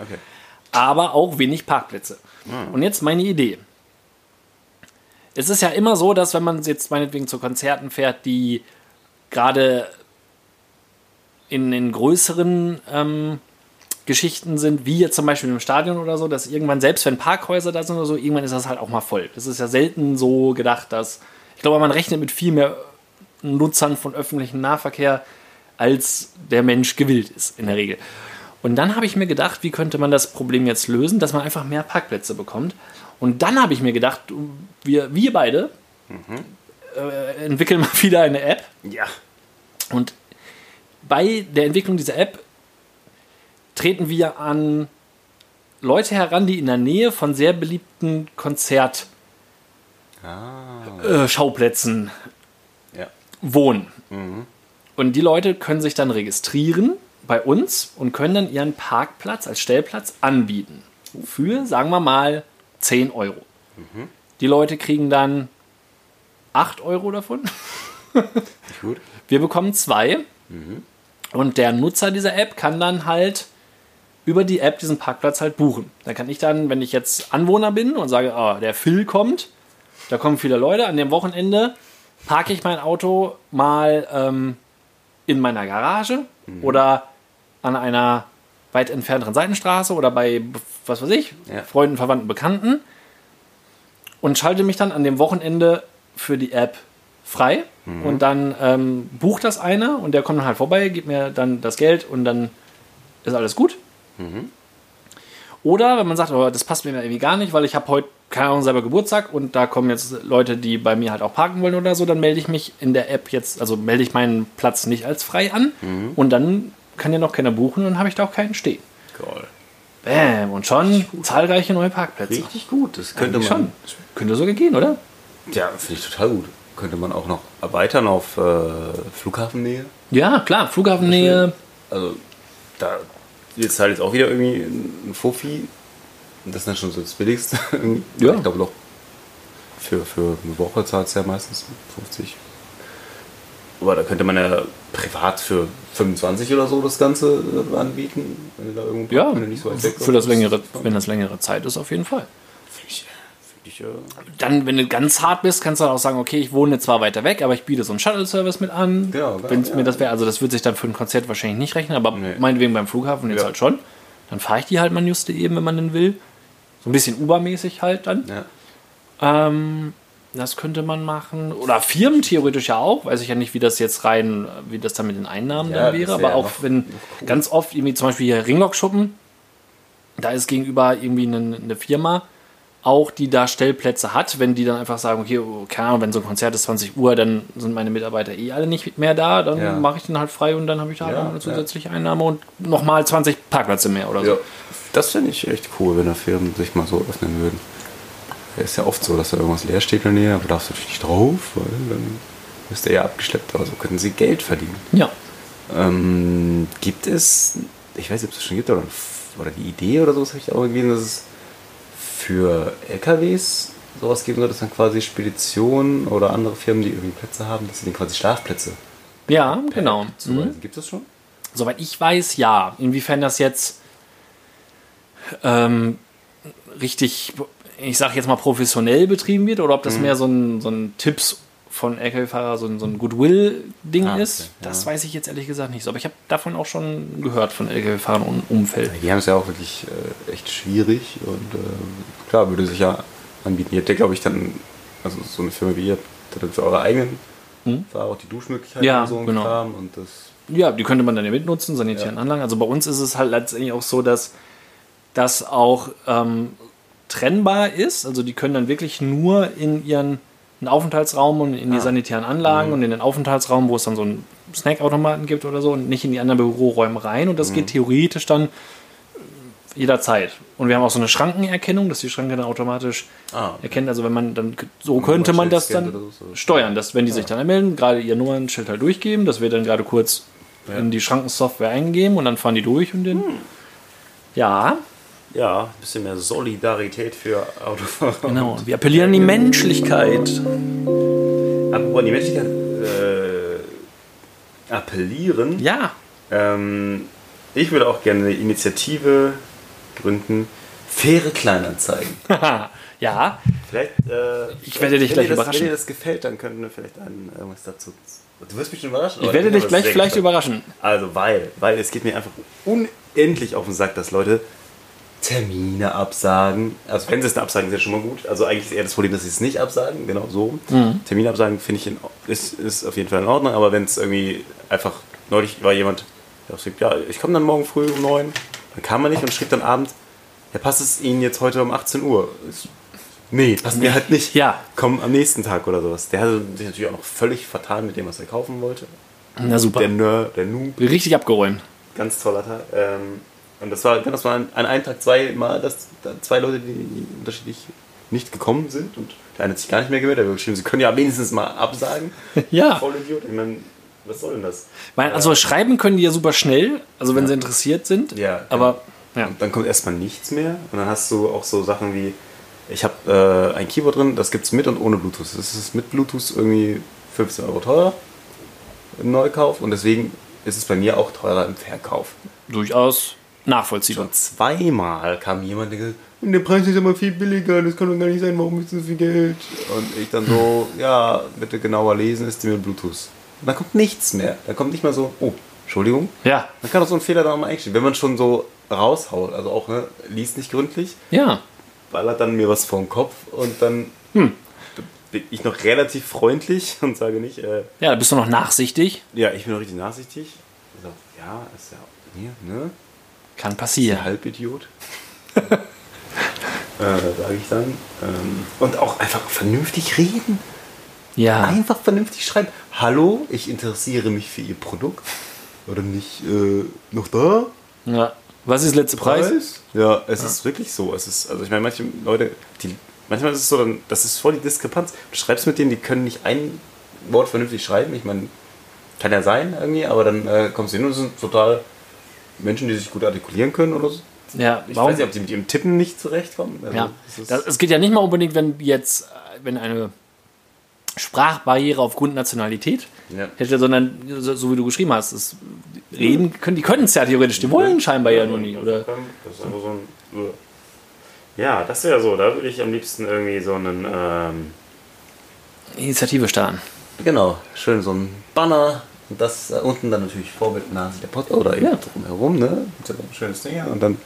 Speaker 1: Okay.
Speaker 3: aber auch wenig Parkplätze. Und jetzt meine Idee. Es ist ja immer so, dass wenn man jetzt meinetwegen zu Konzerten fährt, die gerade in den größeren ähm, Geschichten sind, wie jetzt zum Beispiel im Stadion oder so, dass irgendwann, selbst wenn Parkhäuser da sind oder so, irgendwann ist das halt auch mal voll. Das ist ja selten so gedacht, dass. Ich glaube, man rechnet mit viel mehr Nutzern von öffentlichem Nahverkehr, als der Mensch gewillt ist, in der Regel. Und dann habe ich mir gedacht, wie könnte man das Problem jetzt lösen, dass man einfach mehr Parkplätze bekommt. Und dann habe ich mir gedacht, wir, wir beide äh, entwickeln mal wieder eine App,
Speaker 1: Ja.
Speaker 3: und bei der Entwicklung dieser App treten wir an Leute heran, die in der Nähe von sehr beliebten äh, Konzertschauplätzen
Speaker 1: Ja.
Speaker 3: wohnen. Mhm. Und die Leute können sich dann registrieren bei uns und können dann ihren Parkplatz als Stellplatz anbieten. Für, sagen wir mal, 10 Euro. Die Leute kriegen dann 8 Euro davon.
Speaker 1: Gut.
Speaker 3: Wir bekommen zwei. Und der Nutzer dieser App kann dann halt über die App diesen Parkplatz halt buchen. Da kann ich dann, wenn ich jetzt Anwohner bin und sage, ah, der Phil kommt, da kommen viele Leute, an dem Wochenende parke ich mein Auto mal ähm, in meiner Garage oder an einer weit entfernteren Seitenstraße oder bei, was weiß ich,
Speaker 1: Ja.
Speaker 3: Freunden, Verwandten, Bekannten und schalte mich dann an dem Wochenende für die App frei. Und dann ähm, bucht das einer und der kommt dann halt vorbei, gibt mir dann das Geld und dann ist alles gut. Oder wenn man sagt, oh, das passt mir irgendwie gar nicht, weil ich habe heute keine Ahnung selber Geburtstag und da kommen jetzt Leute, die bei mir halt auch parken wollen oder so, dann melde ich mich in der App jetzt, also melde ich meinen Platz nicht als frei an
Speaker 1: Mhm.
Speaker 3: und dann kann ja noch keiner buchen und habe ich da auch keinen stehen.
Speaker 1: Cool.
Speaker 3: Bäm, und schon zahlreiche neue Parkplätze.
Speaker 1: Richtig gut. Das könnte man.
Speaker 3: Schon. Könnte sogar gehen, oder?
Speaker 1: Ja, finde ich total gut. Könnte man auch noch erweitern auf äh, Flughafennähe.
Speaker 3: Ja, klar, Flughafennähe.
Speaker 1: Also, da jetzt halt jetzt auch wieder irgendwie ein Fuffi. Und Das ist dann schon so das Billigste.
Speaker 3: Ja.
Speaker 1: Ich glaube noch für, für eine Woche zahlt es ja meistens 50. Aber da könnte man ja privat für 25 oder so das Ganze äh, anbieten. Wenn du da irgendwo
Speaker 3: Ja,
Speaker 1: wenn du nicht so weit weg
Speaker 3: für das
Speaker 1: wohnst.
Speaker 3: längere, wenn das längere Zeit ist, auf jeden Fall.
Speaker 1: Finde ich, finde ich, äh,
Speaker 3: Dann, wenn du ganz hart bist, kannst du dann auch sagen, okay, ich wohne zwar weiter weg, aber ich biete so einen Shuttle-Service mit an.
Speaker 1: Genau, genau,
Speaker 3: wenn es
Speaker 1: ja.
Speaker 3: mir das wäre, also das wird sich dann für ein Konzert wahrscheinlich nicht rechnen, aber
Speaker 1: Nee.
Speaker 3: meinetwegen beim Flughafen jetzt
Speaker 1: Ja.
Speaker 3: halt schon. Dann fahre ich die halt man juste eben, wenn man denn will. So ein bisschen Uber-mäßig halt dann.
Speaker 1: ja.
Speaker 3: Ähm, das könnte man machen. Oder Firmen theoretisch ja auch. Weiß ich ja nicht, wie das jetzt rein, wie das dann mit den Einnahmen
Speaker 1: Ja,
Speaker 3: dann
Speaker 1: das
Speaker 3: wäre.
Speaker 1: wär
Speaker 3: Aber
Speaker 1: ja
Speaker 3: auch
Speaker 1: noch-
Speaker 3: wenn ganz oft irgendwie zum Beispiel hier Ringlockschuppen, da ist gegenüber irgendwie eine, eine Firma auch, die da Stellplätze hat. Wenn die dann einfach sagen, okay, oh, keine Ahnung, wenn so ein Konzert ist 20 Uhr, dann sind meine Mitarbeiter eh alle nicht mehr da. Dann
Speaker 1: Ja.
Speaker 3: mache ich den halt frei und dann habe ich da
Speaker 1: Ja,
Speaker 3: dann eine
Speaker 1: ja.
Speaker 3: zusätzliche Einnahme und nochmal 20 Parkplätze mehr oder so.
Speaker 1: Ja, das finde ich echt cool, wenn da Firmen sich mal so öffnen würden. Ja, Ist ja oft so, dass da irgendwas leer steht in der Nähe, aber darfst du natürlich nicht drauf, weil dann wirst du ja abgeschleppt, aber so könnten sie Geld verdienen.
Speaker 3: ja.
Speaker 1: Ähm, gibt es, ich weiß nicht, ob es das schon gibt, oder, oder die Idee oder sowas habe ich auch gelesen, dass es für LKWs sowas geben soll, dass dann quasi Speditionen oder andere Firmen, die irgendwie Plätze haben, dass sie denen quasi Schlafplätze
Speaker 3: Ja, genau. Mhm.
Speaker 1: zuweisen. Gibt es das schon?
Speaker 3: Soweit ich weiß, ja. Inwiefern das jetzt
Speaker 1: Mhm.
Speaker 3: ähm, richtig, ich sage jetzt mal professionell betrieben wird oder ob das mehr so ein, so ein Tipps von LKW-Fahrer so ein, so ein Goodwill-Ding
Speaker 1: Ah, okay,
Speaker 3: ist, das
Speaker 1: ja.
Speaker 3: weiß ich jetzt ehrlich gesagt nicht so. Aber ich habe davon auch schon gehört von LKW-Fahrern und Umfeld.
Speaker 1: Die haben es ja auch wirklich äh, echt schwierig und äh, klar, würde sich ja anbieten. Ihr habt ja, glaube ich, dann, also so eine Firma wie ihr, habt dann für eure eigenen Fahrer auch die Duschmöglichkeiten
Speaker 3: Hm? Ja,
Speaker 1: und so ein
Speaker 3: genau.
Speaker 1: Kram und das.
Speaker 3: Ja, die könnte man dann ja mitnutzen, sanitären Anlagen. Also bei uns ist es halt letztendlich auch so, dass das auch ähm, trennbar ist. Also die können dann wirklich nur in ihren einen Aufenthaltsraum und
Speaker 1: Ah.
Speaker 3: in die sanitären
Speaker 1: Mhm.
Speaker 3: Anlagen und in den Aufenthaltsraum, wo es dann so einen Snackautomaten gibt oder so und nicht in die anderen Büroräume rein. Und das
Speaker 1: Mhm.
Speaker 3: geht theoretisch dann äh, jederzeit. Und wir haben auch so eine Schrankenerkennung, dass die Schranke dann automatisch
Speaker 1: Ah, okay.
Speaker 3: erkennt. Also wenn man dann, so könnte man das
Speaker 1: Schild scannt
Speaker 3: dann
Speaker 1: oder so, Ah. so.
Speaker 3: steuern, dass wenn die sich dann anmelden, gerade ihr Nummernschild halt durchgeben, das wird dann gerade kurz in die Schrankensoftware eingeben und dann fahren die durch und
Speaker 1: Hm.
Speaker 3: den. Ja,
Speaker 1: Ja, ein bisschen mehr Solidarität für Autofahrer.
Speaker 3: genau. Wir appellieren an die Menschlichkeit.
Speaker 1: Apropos an die Menschlichkeit äh, appellieren.
Speaker 3: Ja.
Speaker 1: Ähm, ich würde auch gerne eine Initiative gründen. Faire Kleinanzeigen.
Speaker 3: Haha. ja,
Speaker 1: Vielleicht, äh,
Speaker 3: Ich werde dich
Speaker 1: wenn
Speaker 3: gleich
Speaker 1: dir das,
Speaker 3: überraschen.
Speaker 1: Wenn dir das gefällt, dann könnten wir vielleicht einen, irgendwas dazu. Du wirst mich schon überraschen.
Speaker 3: ich
Speaker 1: oder?
Speaker 3: werde
Speaker 1: bin
Speaker 3: dich
Speaker 1: aber
Speaker 3: gleich
Speaker 1: sehr
Speaker 3: vielleicht
Speaker 1: gespannt.
Speaker 3: überraschen.
Speaker 1: Also, weil, weil es geht mir einfach unendlich auf den Sack, dass Leute Termine absagen. Also, wenn sie es absagen, ist ja schon mal gut. Also, eigentlich ist eher das Problem, dass sie es nicht absagen. Genau so. Termine absagen finde ich in, ist, ist auf jeden Fall in Ordnung. Aber wenn es irgendwie einfach neulich war jemand, der auch schrieb, ja, ich komme dann morgen früh um neun. Dann kam er nicht und schrieb dann abends, ja, passt es Ihnen jetzt heute um 18 Uhr? Ist- Nee, passt mir halt nicht.
Speaker 3: Ja.
Speaker 1: Komm am nächsten Tag oder sowas. Der hatte sich natürlich auch noch völlig vertan mit dem, was er kaufen wollte.
Speaker 3: Na super.
Speaker 1: Der Nerd, der Noob.
Speaker 3: Richtig abgeräumt.
Speaker 1: Ganz toller Tag. Ähm, und das war, das war an an einem Tag zweimal, dass da zwei Leute, die unterschiedlich nicht gekommen sind und der eine hat sich gar nicht mehr gemeldet, der hat geschrieben, sie können ja wenigstens mal absagen.
Speaker 3: Ja.
Speaker 1: Voll Idiot. Ich meine, was soll denn das?
Speaker 3: Weil, also schreiben können die ja super schnell, also wenn sie interessiert sind.
Speaker 1: Ja, ja.
Speaker 3: Aber ja.
Speaker 1: Und dann kommt erstmal nichts mehr und dann hast du auch so Sachen wie, ich habe äh, ein Keyboard drin, das gibt's mit und ohne Bluetooth. Das ist mit Bluetooth irgendwie 15 Euro teurer im Neukauf und deswegen ist es bei mir auch teurer im Verkauf.
Speaker 3: durchaus nachvollziehbar.
Speaker 1: Und zweimal kam jemand, der gesagt hat, der Preis ist aber viel billiger, das kann doch gar nicht sein, warum ist so viel Geld? Und ich dann so, ja, bitte genauer lesen, ist die mit Bluetooth. Und dann kommt nichts mehr. Da kommt nicht mal so, oh, Entschuldigung.
Speaker 3: Ja.
Speaker 1: Man kann doch so einen Fehler da auch mal einstellen, wenn man schon so raushaut. Also auch, ne, liest nicht gründlich,
Speaker 3: Ja.
Speaker 1: ballert dann mir was vom Kopf und dann bin ich noch relativ freundlich und sage nicht, äh,
Speaker 3: Ja, da bist du noch nachsichtig.
Speaker 1: ja, ich bin noch richtig nachsichtig. So, ja, ist ja hier, ne?
Speaker 3: Kann passieren.
Speaker 1: Halbidiot. äh, sage ich dann. Ähm, und auch einfach vernünftig reden.
Speaker 3: Ja.
Speaker 1: Einfach vernünftig schreiben. Hallo, ich interessiere mich für Ihr Produkt. Oder nicht äh, noch da?
Speaker 3: ja. Was ist letzter Preis?
Speaker 1: Ja, es ist wirklich so. Es ist, also ich meine, manche Leute, die, manchmal ist es so, dann, das ist voll die Diskrepanz. Du schreibst mit denen, die können nicht ein Wort vernünftig schreiben. Ich meine, kann ja sein irgendwie, aber dann äh, kommst du hin und es sind total Menschen, die sich gut artikulieren können oder so.
Speaker 3: Ja,
Speaker 1: Ich
Speaker 3: warum?
Speaker 1: weiß nicht, ob die mit ihrem Tippen nicht zurechtkommen. Also,
Speaker 3: ja.
Speaker 1: es ist-
Speaker 3: Das, es geht ja nicht mal unbedingt, wenn jetzt, äh, wenn eine Sprachbarriere aufgrund Nationalität
Speaker 1: Ja.
Speaker 3: hätte, sondern so, so wie du geschrieben hast, es reden können, die können es ja theoretisch, die wollen scheinbar ja nur nicht, oder?
Speaker 1: Das ist einfach so ein. äh, Ja, das wäre so. Da würde ich am liebsten irgendwie so einen. ähm,
Speaker 3: Initiative starten.
Speaker 1: genau, schön so ein Banner. Und das äh, unten dann natürlich Vorbildnase der Podcast oder eben
Speaker 3: Ja.
Speaker 1: drumherum, ne? Ist ja ein schönes Ding. ja. Und dann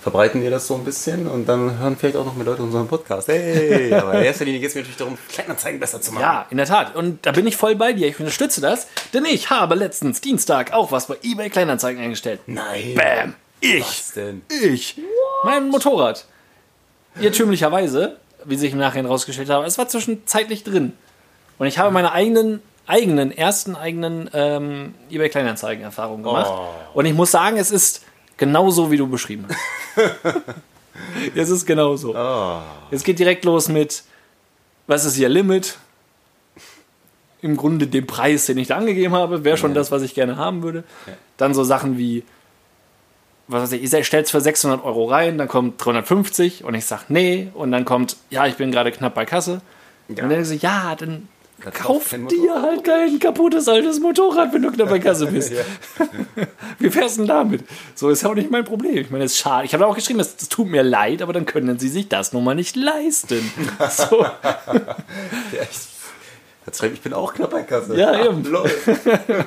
Speaker 1: verbreiten wir das so ein bisschen und dann hören vielleicht auch noch mehr Leute unseren Podcast. Hey, aber in erster Linie geht es mir natürlich darum, Kleinanzeigen besser zu machen.
Speaker 3: Ja, in der Tat. Und da bin ich voll bei dir. Ich unterstütze das, denn ich habe letztens Dienstag auch was bei eBay Kleinanzeigen eingestellt. Ähm,
Speaker 1: Nein.
Speaker 3: Bam! Ich!
Speaker 1: Was denn?
Speaker 3: Ich. Mein Motorrad. Irrtümlicherweise, wie sich im Nachhinein rausgestellt habe, es war zwischenzeitlich drin. Und ich habe meine eigenen, eigenen, ersten eigenen ähm, eBay Kleinanzeigen-Erfahrungen gemacht. Und ich muss sagen, es ist genauso, wie du beschrieben hast. es ist genauso. Es geht direkt los mit, was ist ihr Limit? Im Grunde den Preis, den ich da angegeben habe, wäre schon das, was ich gerne haben würde. Dann so Sachen wie, was weiß ich, ich stelle es für 600 Euro rein, dann kommt 350 und ich sage nee und dann kommt, ja, ich bin gerade knapp bei Kasse. Und dann sage ich, ja, dann kauf
Speaker 1: kauft kein
Speaker 3: dir
Speaker 1: Motorrad.
Speaker 3: halt kein kaputtes altes Motorrad, wenn du knapp bei Kasse bist. Wie fährst du denn damit? So ist ja auch nicht mein Problem. Ich meine, es ist schade. Ich habe da auch geschrieben, es es tut mir leid, aber dann können sie sich das nun mal nicht leisten. So.
Speaker 1: Ja, ich, Hat's recht, ich bin auch knapp bei Kasse.
Speaker 3: Ja,
Speaker 1: Ah,
Speaker 3: eben.
Speaker 1: lol. Haben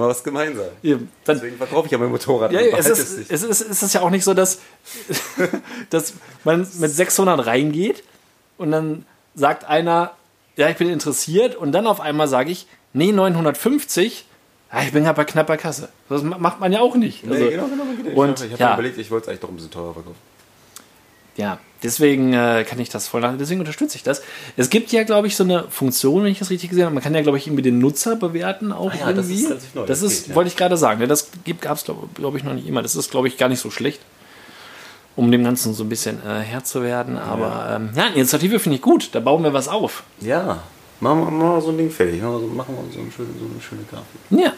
Speaker 1: wir was gemeinsam.
Speaker 3: Eben, dann,
Speaker 1: Deswegen verkaufe ich ja mein Motorrad.
Speaker 3: ja,
Speaker 1: und
Speaker 3: ja, es,
Speaker 1: behalte
Speaker 3: ist, es, ist, es ist ja auch nicht so, dass, dass man mit 600 reingeht und dann sagt einer, ja, ich bin interessiert und dann auf einmal sage ich, nee, 950, ja, ich bin ja bei knapper Kasse. Das ma- macht man ja auch nicht. Also,
Speaker 1: nee, genau, genau, genau. Ich
Speaker 3: und
Speaker 1: hab- ich habe
Speaker 3: ja.
Speaker 1: mir überlegt, ich wollte es eigentlich doch ein bisschen teurer verkaufen.
Speaker 3: Ja, deswegen äh, kann ich das voll nach, deswegen unterstütze ich das. Es gibt ja, glaube ich, so eine Funktion, wenn ich das richtig gesehen habe. Man kann ja, glaube ich, irgendwie den Nutzer bewerten auch
Speaker 1: Ah ja, das
Speaker 3: irgendwie.
Speaker 1: ist relativ neu,
Speaker 3: Das
Speaker 1: das
Speaker 3: ist,
Speaker 1: geht, ja.
Speaker 3: wollte ich gerade sagen. ne, Das gab es, glaube glaub ich, noch nicht immer. Das ist, glaube ich, gar nicht so schlecht, um dem Ganzen so ein bisschen äh, Herr zu werden. Aber ja, ähm, ja Initiative finde ich gut. Da bauen wir was auf.
Speaker 1: Ja, machen wir mal so ein Ding fertig. Machen wir so, machen wir so, einen schönen, so eine schöne Grafik.
Speaker 3: Ja,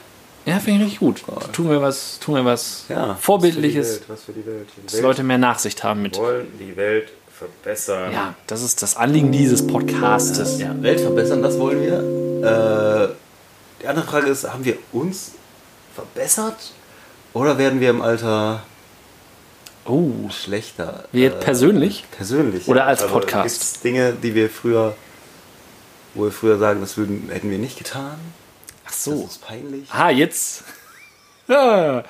Speaker 3: ja finde ich richtig gut. Tun wir was, tun wir was
Speaker 1: Oh Ja,
Speaker 3: Vorbildliches,
Speaker 1: Was für die Welt. Was für die Welt. Die
Speaker 3: dass
Speaker 1: Welt
Speaker 3: Leute mehr Nachsicht haben mit.
Speaker 1: wollen die Welt verbessern.
Speaker 3: Ja, das ist das Anliegen dieses Podcastes.
Speaker 1: Ja, Welt verbessern, das wollen wir. Äh, die andere Frage ist, haben wir uns verbessert oder werden wir im Alter
Speaker 3: Oh,
Speaker 1: schlechter? Äh,
Speaker 3: wir jetzt persönlich?
Speaker 1: persönlich.
Speaker 3: Oder als Podcast?
Speaker 1: Gibt Dinge, die wir früher, wo wir früher sagen, das würden, hätten wir nicht getan?
Speaker 3: Ach
Speaker 1: Das
Speaker 3: so.
Speaker 1: ist peinlich.
Speaker 3: Ah, jetzt. Ja,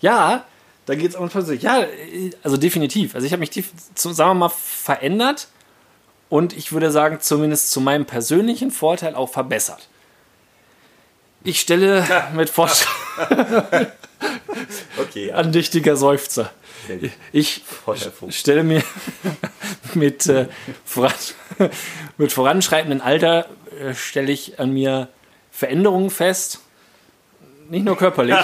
Speaker 3: ja da geht es auch um persönlich. Ja, äh, also definitiv. Also ich habe mich, tief, zu- sagen wir mal, verändert und ich würde sagen, zumindest zu meinem persönlichen Vorteil auch verbessert. Ich stelle mit Vorschlag
Speaker 1: Okay, ja.
Speaker 3: andächtiger Seufzer. Ich
Speaker 1: Vorteil vor.
Speaker 3: stelle mir mit, äh, voran, mit voranschreitendem Alter äh, stelle ich an mir Veränderungen fest. Nicht nur körperlich.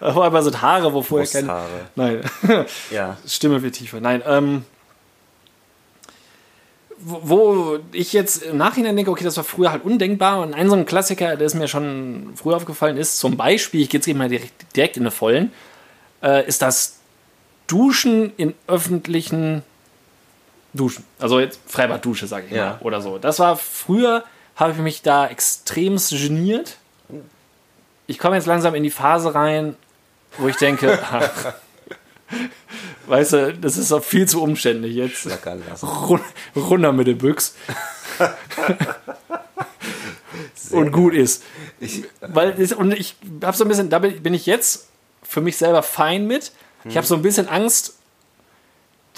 Speaker 3: Vor allem sind Haare, wo vorher keine.
Speaker 1: Brusthaare.
Speaker 3: Nein,
Speaker 1: Ja.
Speaker 3: Stimme wird tiefer. Nein, ähm, wo, wo ich jetzt im Nachhinein denke, okay, das war früher halt undenkbar. Und ein so ein Klassiker, der ist mir schon früher aufgefallen ist, zum Beispiel, ich gehe jetzt eben mal direkt, direkt in eine Vollen, äh, ist das Duschen in öffentlichen Duschen. Also jetzt Freibad-Dusche, sage ich
Speaker 1: Ja.
Speaker 3: mal. Oder so. Das war früher, habe ich mich da extremst geniert. Ich komme jetzt langsam in die Phase rein, wo ich denke, ach, weißt du, das ist auch viel zu umständlich jetzt.
Speaker 1: Schlackern lassen.
Speaker 3: Run runter mit den Büchs. und gut ist.
Speaker 1: Ich,
Speaker 3: Weil es- und ich habe so ein bisschen, da bin bin ich jetzt für mich selber fein mit. Ich
Speaker 1: Mhm.
Speaker 3: habe so ein bisschen Angst,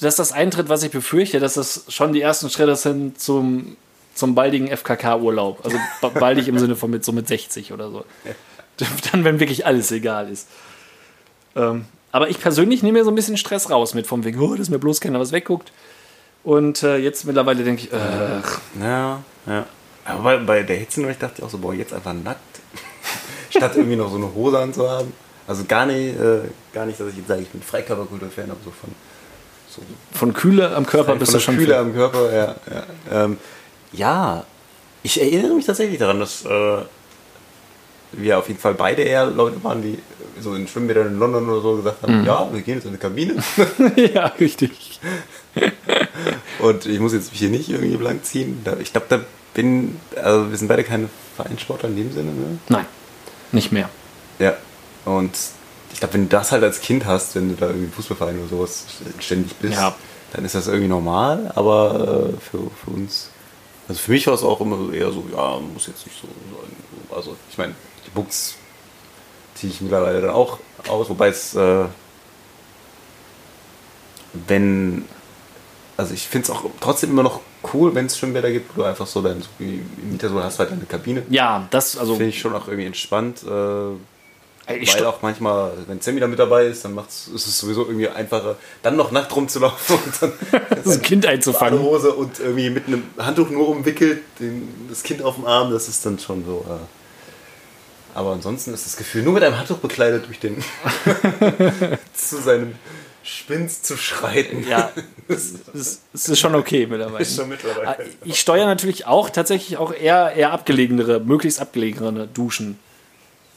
Speaker 3: dass das eintritt, was ich befürchte, dass das schon die ersten Schritte sind zum, zum baldigen FKK-Urlaub. Also ba- baldig im Sinne von mit, so mit 60 oder so. Dann, wenn wirklich alles egal ist. Ähm, aber ich persönlich nehme mir so ein bisschen Stress raus mit vom Wegen, oh, dass mir bloß keiner was wegguckt. Und äh, jetzt mittlerweile denke ich, äh, ach,
Speaker 1: Ja, ja. Aber bei, bei der Hitze nur, ich dachte ich auch so, boah, jetzt einfach nackt. Statt irgendwie noch so eine Hose anzuhaben. Also gar nicht, äh, gar nicht, dass ich jetzt sage, ich bin Freikörperkultur-Fan, aber so von, so
Speaker 3: von Kühle am Körper bist
Speaker 1: von
Speaker 3: du
Speaker 1: der
Speaker 3: schon
Speaker 1: Kühle
Speaker 3: viel.
Speaker 1: am Körper. Ja, ja. Ähm, ja, ich erinnere mich tatsächlich daran, dass äh, wir auf jeden Fall beide eher Leute waren, die so in Schwimmbädern in London oder so gesagt
Speaker 3: Mhm.
Speaker 1: haben, ja, wir gehen jetzt in eine Kabine.
Speaker 3: ja, richtig.
Speaker 1: Und ich muss jetzt mich hier nicht irgendwie blank ziehen. Da- Ich glaube, da bin, also wir sind beide keine Vereinssportler in dem Sinne, ne?
Speaker 3: Nein, nicht mehr.
Speaker 1: Ja. Und ich glaube, wenn du das halt als Kind hast, wenn du da irgendwie im Fußballverein oder sowas ständig bist,
Speaker 3: Ja.
Speaker 1: dann ist das irgendwie normal, aber äh, für, für uns, also für mich war es auch immer so eher so, ja, muss jetzt nicht so sein. Also ich meine, die Buchs ziehe ich mittlerweile dann auch aus, wobei es, äh, wenn also ich finde es auch trotzdem immer noch cool, wenn es Schwimmbäder gibt, wo du einfach so dann so wie im Mieter hast halt eine Kabine.
Speaker 3: Ja, das, also.
Speaker 1: Finde ich schon auch irgendwie entspannt. Äh,
Speaker 3: Ich
Speaker 1: weil
Speaker 3: sto-
Speaker 1: auch manchmal, wenn Sammy da mit dabei ist, dann macht's, ist es sowieso irgendwie einfacher, dann noch nackt rumzulaufen und dann
Speaker 3: das Kind
Speaker 1: eine
Speaker 3: einzufangen.
Speaker 1: Hose und irgendwie mit einem Handtuch nur umwickelt, den, das Kind auf dem Arm, das ist dann schon so. Äh. Aber ansonsten ist das Gefühl, nur mit einem Handtuch bekleidet durch den zu seinem Spinz zu schreiten.
Speaker 3: Ja, es, es, es ist schon okay mittlerweile.
Speaker 1: Ist schon mittlerweile.
Speaker 3: Ah, Ich steuere natürlich auch tatsächlich auch eher, eher abgelegenere, möglichst abgelegenere Duschen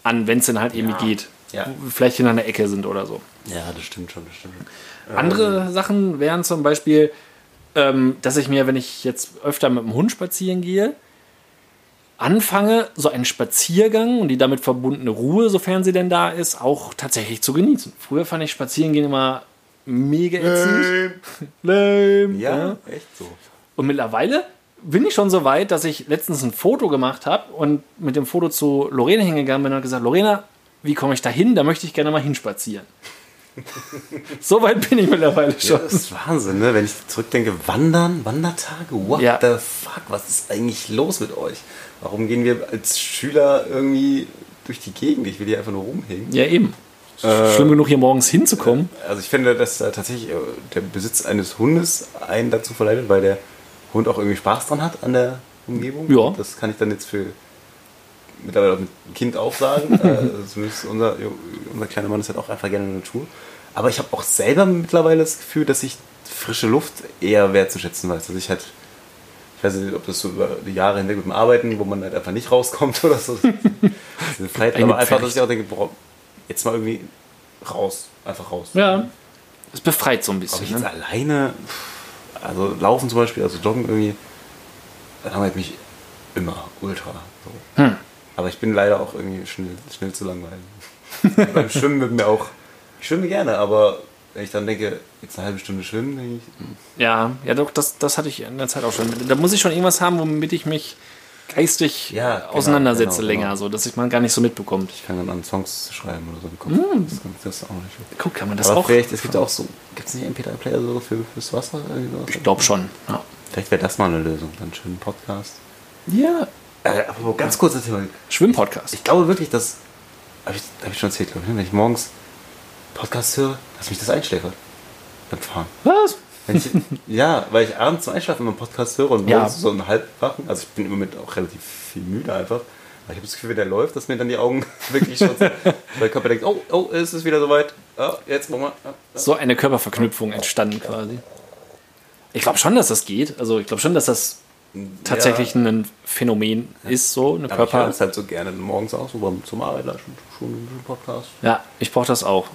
Speaker 3: an, wenn es denn halt irgendwie geht.
Speaker 1: Ja.
Speaker 3: Wo wir Vielleicht in einer Ecke sind oder so.
Speaker 1: Ja, das stimmt schon, das stimmt schon.
Speaker 3: Andere Sachen wären zum Beispiel, ähm, dass ich mir, wenn ich jetzt öfter mit dem Hund spazieren gehe, anfange, so einen Spaziergang und die damit verbundene Ruhe, sofern sie denn da ist, auch tatsächlich zu genießen. Früher fand ich Spazierengehen immer mega ätzend. Lame. ne?
Speaker 1: Ja, echt so.
Speaker 3: Und mittlerweile bin ich schon so weit, dass ich letztens ein Foto gemacht habe und mit dem Foto zu Lorena hingegangen bin und gesagt, Lorena, wie komme ich da hin? Da möchte ich gerne mal hinspazieren. so weit bin ich mittlerweile schon.
Speaker 1: Das ist Wahnsinn, ne? Wenn ich zurückdenke, Wandern, Wandertage, what
Speaker 3: Ja.
Speaker 1: the fuck, was ist eigentlich los mit euch? Warum gehen wir als Schüler irgendwie durch die Gegend? Ich will hier einfach nur rumhängen.
Speaker 3: Ja, eben.
Speaker 1: Äh,
Speaker 3: Schlimm genug, hier morgens hinzukommen.
Speaker 1: Also ich finde, dass da tatsächlich äh, der Besitz eines Hundes einen dazu verleitet, weil der Hund auch irgendwie Spaß dran hat an der Umgebung.
Speaker 3: Ja.
Speaker 1: Das kann ich dann jetzt für mittlerweile auch mit Kind auch sagen. äh, zumindest unser, unser kleiner Mann ist halt auch einfach gerne in der Natur. Aber ich habe auch selber mittlerweile das Gefühl, dass ich frische Luft eher wertzuschätzen weiß. Dass ich halt, ich weiß nicht, ob das so über die Jahre hinweg mit dem Arbeiten, wo man halt einfach nicht rauskommt oder so. Diese Freiheit, aber einfach, dass ich auch denke, boah, jetzt mal irgendwie raus, einfach raus.
Speaker 3: Ja. Es befreit so ein
Speaker 1: Ob ich
Speaker 3: bisschen.
Speaker 1: jetzt
Speaker 3: Ne?
Speaker 1: alleine, pff, also laufen zum Beispiel, also joggen irgendwie, dann langweilt mich immer ultra. So.
Speaker 3: Hm.
Speaker 1: Aber ich bin leider auch irgendwie schnell, schnell zu langweilig. Beim Schwimmen wird mir auch, ich schwimme gerne, aber wenn ich dann denke, jetzt eine halbe Stunde schwimmen, denke ich,
Speaker 3: Ja, ja doch, das, das hatte ich in der Zeit auch schon. Da muss ich schon irgendwas haben, womit ich mich geistig
Speaker 1: Ja,
Speaker 3: äh,
Speaker 1: genau,
Speaker 3: auseinandersetze
Speaker 1: genau,
Speaker 3: länger,
Speaker 1: genau.
Speaker 3: so dass ich man gar nicht so mitbekommt.
Speaker 1: ich kann dann an Songs schreiben oder so im Kopf. Das, kann, das ist auch nicht gut.
Speaker 3: Guck, kann man Hm. das
Speaker 1: Aber
Speaker 3: auch?
Speaker 1: vielleicht, es gibt auch so, gibt es nicht MP3-Player so für, fürs Wasser? Irgendwie sowas?
Speaker 3: Ich glaube schon. Ja.
Speaker 1: Vielleicht wäre das mal eine Lösung, dann schönen Podcast.
Speaker 3: ja.
Speaker 1: Äh, aber ganz kurzes Thema,
Speaker 3: Schwimmpodcast.
Speaker 1: Ich glaube wirklich, dass. Habe ich, hab ich schon erzählt, glaube ich, ne? wenn ich morgens Podcast höre, dass mich das einschläfert. Beim Fahren.
Speaker 3: Was?
Speaker 1: Wenn ich, ja, weil ich abends zum Einschlafen immer einen Podcast höre und
Speaker 3: Ja.
Speaker 1: morgens so einen halbwachen. Also ich bin im Moment auch relativ viel müde einfach. Aber ich habe das Gefühl, wenn der läuft, dass mir dann die Augen wirklich schon. weil der Körper denkt, oh, oh, es ist wieder soweit. Ah, jetzt machen wir. ah, ah.
Speaker 3: So eine Körperverknüpfung entstanden quasi. Ich glaube schon, dass das geht. Also ich glaube schon, dass das tatsächlich
Speaker 1: Ja,
Speaker 3: ein Phänomen ist, so
Speaker 1: aber
Speaker 3: eine
Speaker 1: ich höre
Speaker 3: Körper.
Speaker 1: es halt so gerne morgens auch, so beim, zum Arbeiten schon, schon einen Podcast.
Speaker 3: Ja, ich brauche das auch.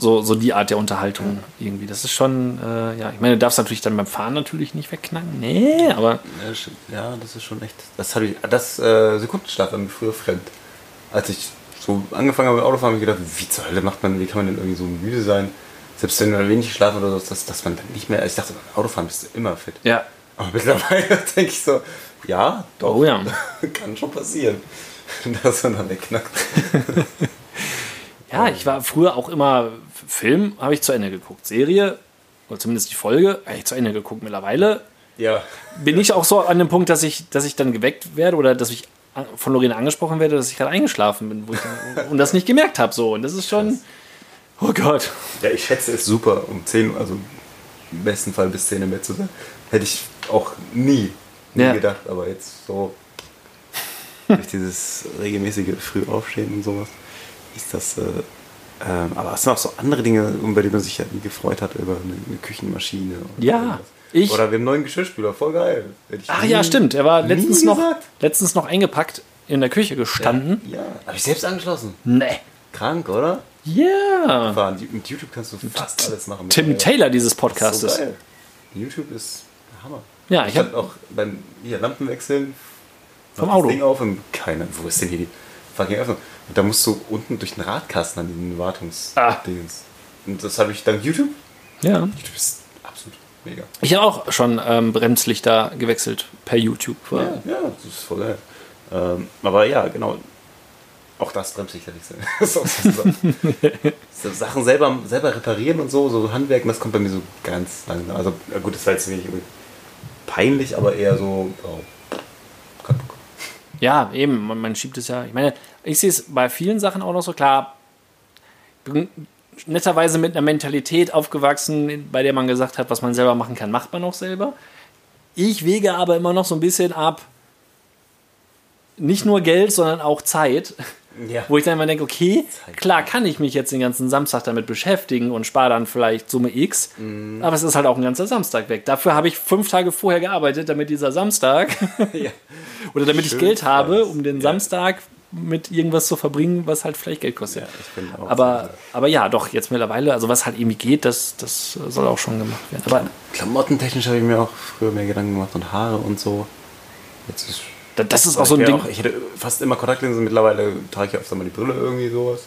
Speaker 3: So, so die Art der Unterhaltung irgendwie. Das ist schon, äh, ja, ich meine, du darfst natürlich dann beim Fahren natürlich nicht wegknacken. Nee, aber
Speaker 1: Ja, das stimmt. Ja, das ist schon echt. Das habe ich. Das äh, Sekundenschlaf war mir früher fremd. Als ich so angefangen habe mit Autofahren, habe ich gedacht, wie zur Hölle macht man, wie kann man denn irgendwie so müde sein? Selbst wenn man wenig schlafen oder so, dass, dass man dann nicht mehr. Ich dachte, beim Autofahren bist du immer fit.
Speaker 3: ja,
Speaker 1: Aber mittlerweile denke ich so, ja, doch.
Speaker 3: Oh ja.
Speaker 1: Kann schon passieren. Dass man dann wegknackt.
Speaker 3: Ja, ich war früher auch immer, Film habe ich zu Ende geguckt, Serie, oder zumindest die Folge, habe ich zu Ende geguckt. Mittlerweile
Speaker 1: Ja.
Speaker 3: bin ich auch so an dem Punkt, dass ich, dass ich dann geweckt werde oder dass ich an- von Lorena angesprochen werde, dass ich gerade eingeschlafen bin wo ich dann, und das nicht gemerkt habe. So. Und das ist schon, oh Gott.
Speaker 1: Ja, ich schätze es super, um 10 Uhr, also im besten Fall bis 10 Uhr im Bett zu sein. Hätte ich auch nie, nie
Speaker 3: Ja.
Speaker 1: gedacht, aber jetzt so durch dieses regelmäßige Frühaufstehen und sowas ist das. Äh, ähm, aber es sind auch so andere Dinge, über die man sich ja nie gefreut hat, über eine, eine Küchenmaschine. Oder
Speaker 3: Ja,
Speaker 1: irgendwas.
Speaker 3: ich-
Speaker 1: Oder wir haben einen neuen Geschirrspüler, voll geil. Hätte ich
Speaker 3: Ach
Speaker 1: nie-
Speaker 3: ja, stimmt, er war
Speaker 1: nie
Speaker 3: letztens noch,
Speaker 1: gesagt.
Speaker 3: letztens noch eingepackt in der Küche gestanden.
Speaker 1: Ja, habe ich selbst angeschlossen.
Speaker 3: Nee.
Speaker 1: Krank, oder?
Speaker 3: Ja.
Speaker 1: Aber Mit YouTube kannst du fast alles machen.
Speaker 3: Tim
Speaker 1: mittlerweile.
Speaker 3: Taylor dieses
Speaker 1: Das ist
Speaker 3: Podcastes.
Speaker 1: So geil. YouTube ist der Hammer.
Speaker 3: Ja, ich hab-
Speaker 1: hab auch beim hier, Lampenwechseln
Speaker 3: Vom
Speaker 1: mach das
Speaker 3: Auto.
Speaker 1: Ding auf und keiner, wo ist denn hier die fucking Öffnung? Und da musst du unten durch den Radkasten an diesen Wartungsdingens.
Speaker 3: Ah.
Speaker 1: Und das habe ich dank YouTube.
Speaker 3: ja.
Speaker 1: YouTube ist absolut mega.
Speaker 3: Ich habe auch schon ähm, Bremslichter gewechselt per YouTube.
Speaker 1: Ja, ja das ist voll geil. Ähm, aber ja, genau. Auch das bremst sich ja nicht selber. Das ist auch so Sachen. so Sachen selber, selber reparieren und so, so Handwerken, das kommt bei mir so ganz langsam. Also na gut, das war jetzt nicht irgendwie peinlich, aber eher so, oh, kein Bock.
Speaker 3: Ja, eben, man, man schiebt es ja. Ich meine, ich sehe es bei vielen Sachen auch noch so klar. Ich bin netterweise mit einer Mentalität aufgewachsen, bei der man gesagt hat, was man selber machen kann, macht man auch selber. Ich wege aber immer noch so ein bisschen ab, nicht nur Geld, sondern auch Zeit,
Speaker 1: Ja.
Speaker 3: wo ich dann immer denke, okay, klar kann ich mich jetzt den ganzen Samstag damit beschäftigen und spare dann vielleicht Summe X,
Speaker 1: Mhm.
Speaker 3: aber es ist halt auch ein ganzer Samstag weg. Dafür habe ich fünf Tage vorher gearbeitet, damit dieser Samstag
Speaker 1: ja.
Speaker 3: oder damit ich
Speaker 1: Schön
Speaker 3: Geld habe,
Speaker 1: freies.
Speaker 3: um den
Speaker 1: Ja.
Speaker 3: Samstag mit irgendwas zu verbringen, was halt vielleicht Geld kostet.
Speaker 1: Ja, ich bin auch
Speaker 3: aber, aber ja, doch, jetzt mittlerweile, also was halt irgendwie geht, das, das soll auch schon gemacht werden. Aber
Speaker 1: Klamottentechnisch habe ich mir auch früher mehr Gedanken gemacht und Haare und so. Jetzt ist
Speaker 3: da- das ist auch so
Speaker 1: ich
Speaker 3: ein
Speaker 1: wär
Speaker 3: Ding.
Speaker 1: Auch, ich hätte fast immer Kontaktlinsen, mittlerweile trage ich ja öfter mal die Brille irgendwie sowas.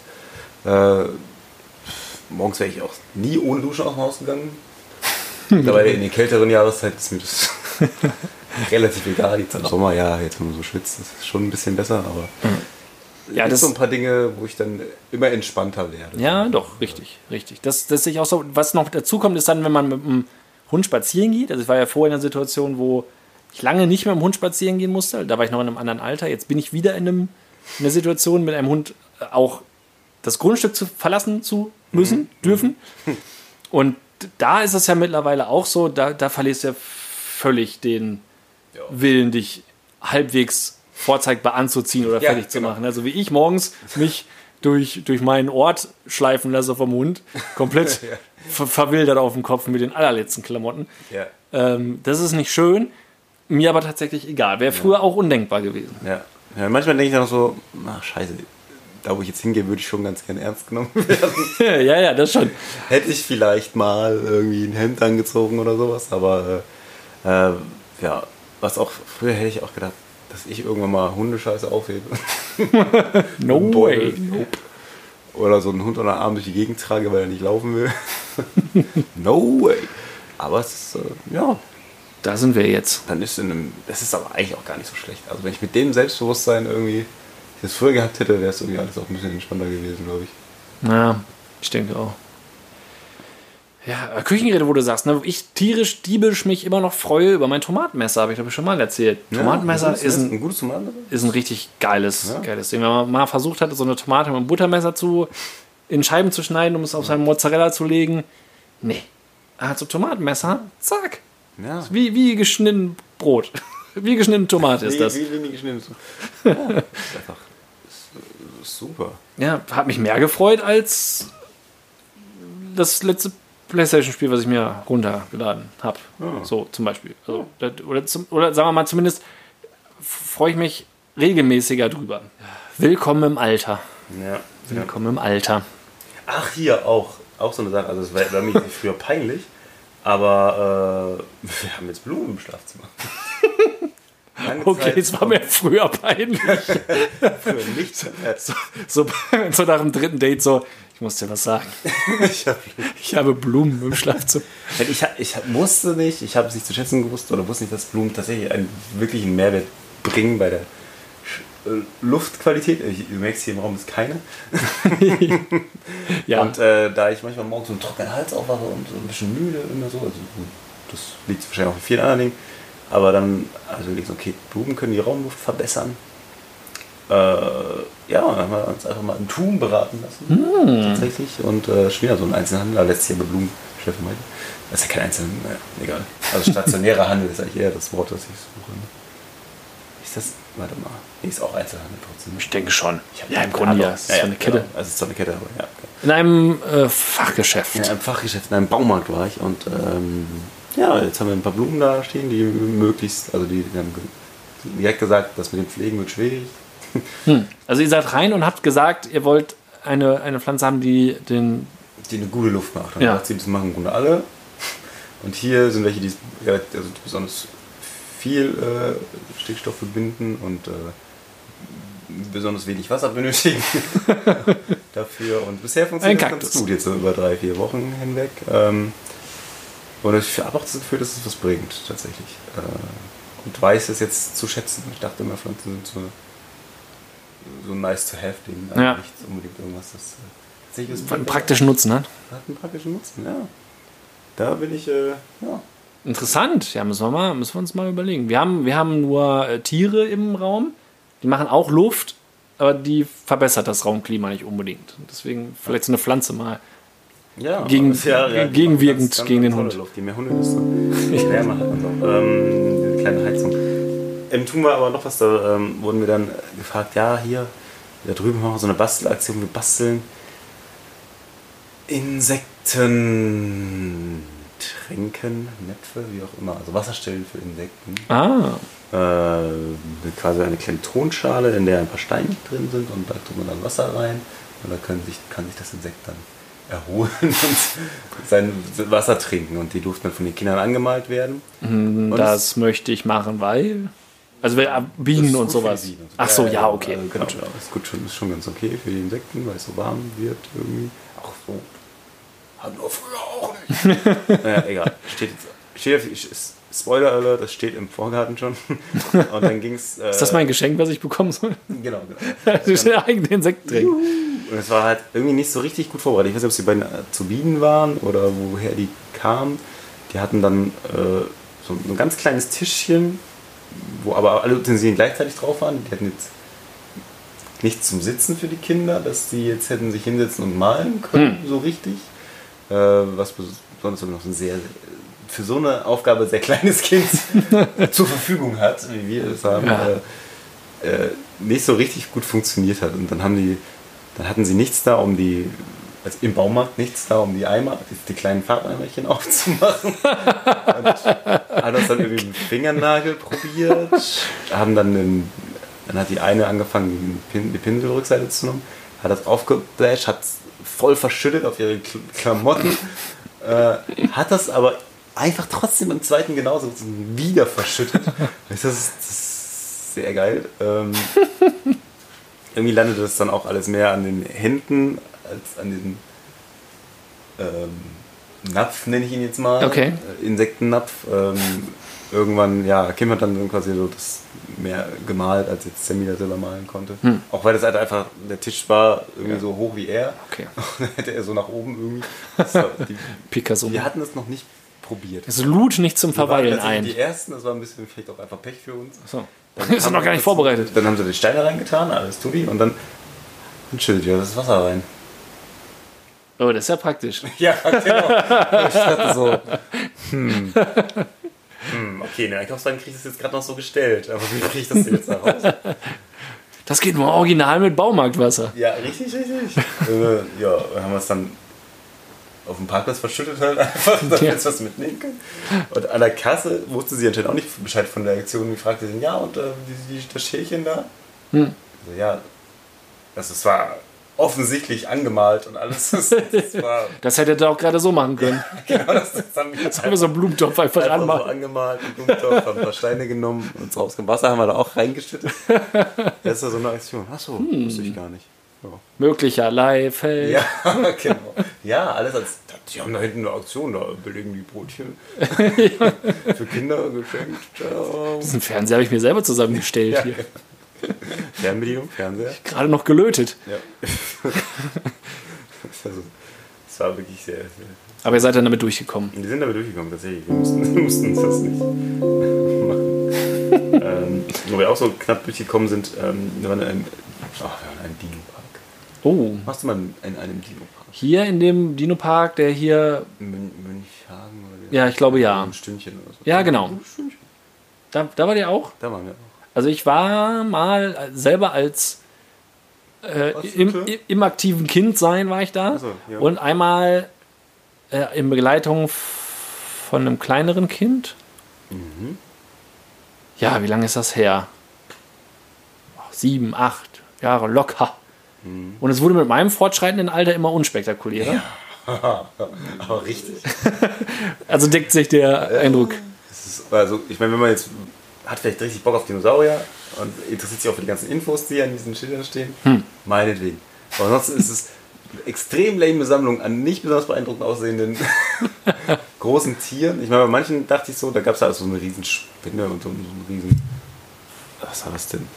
Speaker 1: Äh, morgens wäre ich auch nie ohne Dusche aus dem Haus gegangen. mittlerweile in den kälteren Jahreszeit ist mir das relativ egal. Jetzt im Sommer, ja, jetzt wenn man so schwitzt, das ist schon ein bisschen besser, aber
Speaker 3: Ja,
Speaker 1: ja, das sind
Speaker 3: das-
Speaker 1: so ein paar Dinge, wo ich dann immer entspannter werde.
Speaker 3: Ja, doch, richtig, richtig. Das, das sehe ich auch so. Was noch dazu kommt, ist dann, wenn man mit dem Hund spazieren geht. Also ich war ja vorher in einer Situation, wo ich lange nicht mit dem Hund spazieren gehen musste. Da war ich noch in einem anderen Alter. Jetzt bin ich wieder in, einem, in einer Situation, mit einem Hund äh, auch das Grundstück zu verlassen zu müssen, dürfen. Und da ist es ja mittlerweile auch so, da, da verlierst du ja völlig den Willen, dich halbwegs vorzeigbar anzuziehen oder
Speaker 1: Ja,
Speaker 3: fertig zu
Speaker 1: genau.
Speaker 3: machen. Also wie ich morgens mich durch, durch meinen Ort schleifen lasse vom Hund, komplett ver verwildert auf dem Kopf mit den allerletzten Klamotten.
Speaker 1: Ja.
Speaker 3: Ähm, das ist nicht schön, mir aber tatsächlich egal. Wäre früher auch undenkbar gewesen.
Speaker 1: Ja. ja manchmal denke ich dann auch so, ach scheiße, da wo ich jetzt hingehe, würde ich schon ganz gern ernst genommen werden.
Speaker 3: ja, ja, das schon.
Speaker 1: Hätte ich vielleicht mal irgendwie ein Hemd angezogen oder sowas, aber äh, äh, ja, was auch, früher hätte ich auch gedacht, dass ich irgendwann mal Hundescheiße aufhebe.
Speaker 3: No
Speaker 1: Einen
Speaker 3: way.
Speaker 1: Beutel. Nope. Oder so einen Hund unter den Arm durch die Gegend trage, weil er nicht laufen will. no way. Aber es ist, äh, ja,
Speaker 3: Da sind wir jetzt.
Speaker 1: dann ist in einem, das ist aber eigentlich auch gar nicht so schlecht. Also wenn ich mit dem Selbstbewusstsein irgendwie das früher gehabt hätte, wäre es irgendwie alles auch ein bisschen entspannter gewesen, glaube ich.
Speaker 3: Ja, ich denke auch. Ja, äh, Küchengeräte, wo du sagst, ne, ich tierisch, diebisch mich immer noch freue über mein Tomatenmesser, habe ich glaube ich schon mal erzählt. Tomatenmesser ist ein
Speaker 1: gutes Tomatenmesser?
Speaker 3: ist ein richtig geiles, geiles Ding. Wenn man mal versucht hat, so eine Tomate mit einem Buttermesser zu, in Scheiben zu schneiden, um es auf seinen Mozzarella zu legen. Nee. Er hat so Tomatenmesser, zack.
Speaker 1: Ja.
Speaker 3: Wie, wie geschnitten Brot. Wie geschnitten Tomate ist das.
Speaker 1: Wie, wie, wie die geschnitten sind. Ja, ist einfach ist, ist super.
Speaker 3: Ja, hat mich mehr gefreut als das letzte Playstation-Spiel, was ich mir runtergeladen habe. So zum Beispiel. Also, das, oder, zum, oder sagen wir mal, zumindest freue ich mich regelmäßiger drüber. Willkommen im Alter.
Speaker 1: Ja.
Speaker 3: Willkommen im Alter.
Speaker 1: Ach, hier auch. Auch so eine Sache. Also, es war, war mir früher peinlich, aber Ah, äh, wir haben jetzt Blumen im Schlafzimmer. Lange
Speaker 3: Okay,
Speaker 1: Zeit
Speaker 3: es war mir früher peinlich.
Speaker 1: für nichts. So,
Speaker 3: So, so nach dem dritten Date so, ich muss dir was sagen.
Speaker 1: ich hab,
Speaker 3: Ich habe Blumen im Schlafzimmer.
Speaker 1: Weil Ich, ha- ich wusste nicht, ich habe es nicht zu schätzen gewusst oder wusste nicht, dass Blumen tatsächlich einen wirklichen Mehrwert bringen bei der Sch- äh, Luftqualität. Ich, du merkst hier im Raum ist keine.
Speaker 3: Ja,
Speaker 1: Und äh, da ich manchmal morgens so einen trockenen Hals aufwache und so ein bisschen müde immer so, also gut, das liegt wahrscheinlich auch an vielen anderen Dingen. Aber dann, also überlegt so, okay, Blumen können die Raumluft verbessern. Äh, ja, und dann haben wir uns einfach mal im Tum beraten lassen.
Speaker 3: Hm.
Speaker 1: Tatsächlich. Und äh, schon wieder so ein Einzelhandel, letztes Jahr bei Blumen, Steffen meinte. Das ist ja kein Einzelhandel, naja, egal. Also stationärer Handel ist eigentlich eher das Wort, das ich suche. ne? Ist das, warte mal, nee, ist auch Einzelhandel trotzdem. ne?
Speaker 3: ich denke schon.
Speaker 1: Ich hab
Speaker 3: Ja,
Speaker 1: keine
Speaker 3: im Grunde
Speaker 1: Ahnung.
Speaker 3: ja. Das ist so eine Kette.
Speaker 1: Genau. Also es ist so eine Kette, aber ja. Okay.
Speaker 3: In einem äh, Fachgeschäft.
Speaker 1: In einem Fachgeschäft, in einem Baumarkt war ich und ähm, ja, jetzt haben wir ein paar Blumen da stehen, die möglichst, also die, die haben ge- direkt gesagt, das mit dem Pflegen wird schwierig.
Speaker 3: Also ihr seid rein und habt gesagt, ihr wollt eine, eine Pflanze haben, die den...
Speaker 1: Die eine gute Luft macht. Und
Speaker 3: Ja.
Speaker 1: ja. sie das machen im Grunde alle. Und hier sind welche, die es- ja, also die besonders viel äh, Stickstoff binden und äh, besonders wenig Wasser benötigen dafür. Und bisher funktioniert
Speaker 3: Ein
Speaker 1: das ganz
Speaker 3: Kaktus.
Speaker 1: gut, jetzt so über drei, vier Wochen hinweg. Ähm, und ich habe auch das Gefühl, dass es was bringt, tatsächlich. Äh, und weiß es jetzt zu schätzen. Ich dachte immer, Pflanzen sind so, so nice to have, denen
Speaker 3: Ja.
Speaker 1: nicht unbedingt irgendwas, das äh, tatsächlich was
Speaker 3: einen
Speaker 1: bringt.
Speaker 3: praktischen Nutzen hat.
Speaker 1: Hat einen praktischen Nutzen, ja. Da bin ich, äh, ja.
Speaker 3: Interessant, ja, müssen wir, mal, müssen wir uns mal überlegen. Wir haben, wir haben nur äh, Tiere im Raum, die machen auch Luft, aber die verbessert das Raumklima nicht unbedingt. Deswegen vielleicht so eine Pflanze mal.
Speaker 1: ja
Speaker 3: Gegen-
Speaker 1: aber es- die
Speaker 3: gegenwirkend
Speaker 1: machen das ganz,
Speaker 3: gegen
Speaker 1: ganz
Speaker 3: den
Speaker 1: tolle
Speaker 3: Hund.
Speaker 1: Luft. Je mehr Hunde, desto wärmer hat man doch. Ähm, diese kleine Heizung. Im Tun war aber noch was, da ähm, wurden wir dann äh, gefragt, ja, hier, da drüben machen wir so eine Bastelaktion, wir basteln Insekten, Tränken, Näpfe, wie auch immer, also Wasserstellen für Insekten.
Speaker 3: Ah,
Speaker 1: äh, quasi eine kleine Tonschale, in der ein paar Steine drin sind und da tut man dann Wasser rein und da können sich, kann sich das Insekt dann erholen und sein Wasser trinken und die durften dann von den Kindern angemalt werden.
Speaker 3: Mhm,
Speaker 1: Und es-
Speaker 3: das möchte ich machen, weil. Also weil, äh, Bienen
Speaker 1: ist
Speaker 3: und
Speaker 1: gut für die
Speaker 3: sowas.
Speaker 1: Bienen und
Speaker 3: Ach so, ja, okay.
Speaker 1: Also, genau, genau. Ist, gut, schon, ist schon ganz okay für die Insekten, weil es so warm wird irgendwie. Auch so. Hatten wir früher auch nicht. naja, egal. Steht jetzt. Steht, auf- ist, Spoiler Alert, das steht im Vorgarten schon. Und dann äh, ging es.
Speaker 3: Ist das mein Geschenk, was ich bekommen soll?
Speaker 1: Genau, genau.
Speaker 3: Das ist der eigene Insekt drin.
Speaker 1: Und es war halt irgendwie nicht so richtig gut vorbereitet. Ich weiß nicht, ob es die beiden Azubinen waren oder woher die kamen. Die hatten dann äh, so ein ganz kleines Tischchen, wo aber alle Utensilien gleichzeitig drauf waren. Die hatten jetzt nichts zum Sitzen für die Kinder, dass die jetzt hätten sich hinsetzen und malen
Speaker 3: Hm.
Speaker 1: können, so richtig. Äh, was besonders noch so ein sehr, für so eine Aufgabe sehr kleines Kind zur Verfügung hat, wie wir es haben.
Speaker 3: Ja.
Speaker 1: Äh, äh, nicht so richtig gut funktioniert hat. Und dann haben die, dann hatten sie nichts da, um die, also im Baumarkt nichts da, um die Eimer, die, die kleinen Farbeimerchen aufzumachen. Und hat das dann irgendwie mit dem Fingernagel probiert, haben dann, einen, dann hat die eine angefangen, die, Pin, die Pinselrückseite zu nehmen, hat das aufgebläscht, hat voll verschüttet auf ihre Kl- Klamotten, äh, hat das aber einfach trotzdem beim zweiten genauso wieder verschüttet. Das ist, das ist sehr geil. Ähm, irgendwie landet das dann auch alles mehr an den Händen als an den ähm, Napf, nenne ich ihn jetzt mal.
Speaker 3: Okay.
Speaker 1: Äh, Insektennapf. Ähm, irgendwann, ja, Kim hat dann quasi so das mehr gemalt, als jetzt Sammy das selber malen konnte.
Speaker 3: Hm.
Speaker 1: Auch weil das halt einfach, der Tisch war irgendwie so hoch wie er.
Speaker 3: Okay.
Speaker 1: Und dann hätte er so nach oben irgendwie. Das war, die,
Speaker 3: Picasso.
Speaker 1: wir hatten es noch nicht probiert.
Speaker 3: Es lud nicht zum
Speaker 1: Wir waren
Speaker 3: Verweilen
Speaker 1: tatsächlich
Speaker 3: ein.
Speaker 1: Die ersten, das war ein bisschen vielleicht auch einfach Pech für uns.
Speaker 3: So.
Speaker 1: Dann
Speaker 3: Ist doch
Speaker 1: haben
Speaker 3: noch gar
Speaker 1: wir
Speaker 3: nicht
Speaker 1: kurz-
Speaker 3: vorbereitet.
Speaker 1: Dann haben sie die Steine reingetan, alles Tubi, und dann, dann schüttet ihr das Wasser rein.
Speaker 3: Oh, das ist ja praktisch.
Speaker 1: Ja, genau. ich dachte so, hm. hm okay, in den Einkaufswagen kriege ich das jetzt gerade noch so gestellt, aber wie kriege ich das denn jetzt da raus?
Speaker 3: Das geht nur original mit Baumarktwasser.
Speaker 1: Ja, richtig, richtig. äh, ja, dann haben wir es dann auf dem Parkplatz verschüttet halt einfach, damit
Speaker 3: Ja.
Speaker 1: wir was mitnehmen können. Und an der Kasse wusste sie anscheinend auch nicht Bescheid von der Aktion. Die fragte sie, ja, und äh, die, die, das Schälchen da? Also, ja, also es war offensichtlich angemalt und alles. Das, das war,
Speaker 3: Das hätte er auch gerade so machen können.
Speaker 1: genau, das, das haben wir
Speaker 3: Sollen wir so einen Blumentopf einfach
Speaker 1: einfach so
Speaker 3: anmachen?
Speaker 1: angemalt, einen Blumentopf, haben ein paar Steine genommen und rausgekommen. Wasser haben wir da auch reingeschüttet. Das ist ja so eine Aktion. Achso, wusste ich gar nicht. Ja.
Speaker 3: Möglicher live hey.
Speaker 1: Ja, genau. Ja, alles als. Die haben da hinten eine Aktion, da belegen die Brötchen. Für Kinder geschenkt. Ciao.
Speaker 3: Diesen Fernseher habe ich mir selber zusammengestellt
Speaker 1: Ja.
Speaker 3: hier.
Speaker 1: Fernbedienung, Fernseher.
Speaker 3: Gerade noch gelötet.
Speaker 1: Ja. also, das war wirklich sehr. sehr-
Speaker 3: Aber ihr seid dann damit durchgekommen.
Speaker 1: Wir sind damit durchgekommen, tatsächlich. Wir mussten, wir mussten das nicht machen. ähm, wo wir auch so knapp durchgekommen sind, ähm, wir waren in einem, oh, wir waren in einem Dino-Park.
Speaker 3: Oh.
Speaker 1: Warst du mal in einem Dino-Park?
Speaker 3: Hier in dem Dino-Park, der hier.
Speaker 1: Mün Münchhagen oder wie?
Speaker 3: Ja, ich glaube, ja.
Speaker 1: Ein Stündchen oder so.
Speaker 3: Ja, genau.
Speaker 1: Ein Stündchen.
Speaker 3: Da, da war der auch?
Speaker 1: Da waren wir auch.
Speaker 3: Also ich war mal selber als äh,
Speaker 1: Was,
Speaker 3: im,
Speaker 1: bitte?
Speaker 3: im aktiven Kind sein war ich da
Speaker 1: Ach so, ja.
Speaker 3: und einmal äh, in Begleitung f- von einem kleineren Kind.
Speaker 1: Mhm.
Speaker 3: Ja, wie lange ist das her? Ach, Sieben, acht Jahre locker.
Speaker 1: Mhm.
Speaker 3: Und es wurde mit meinem fortschreitenden Alter immer unspektakulärer.
Speaker 1: Aber richtig.
Speaker 3: Also deckt sich der Eindruck.
Speaker 1: Das ist, also, ich meine, wenn man jetzt hat vielleicht richtig Bock auf Dinosaurier und interessiert sich auch für die ganzen Infos, die an diesen Schildern stehen,
Speaker 3: Hm.
Speaker 1: meinetwegen. Aber ansonsten ist es eine extrem lame Sammlung an nicht besonders beeindruckend aussehenden großen Tieren. Ich meine, bei manchen dachte ich so, da gab es halt so eine riesen Spinne und so einen so einen riesen... Was war das denn?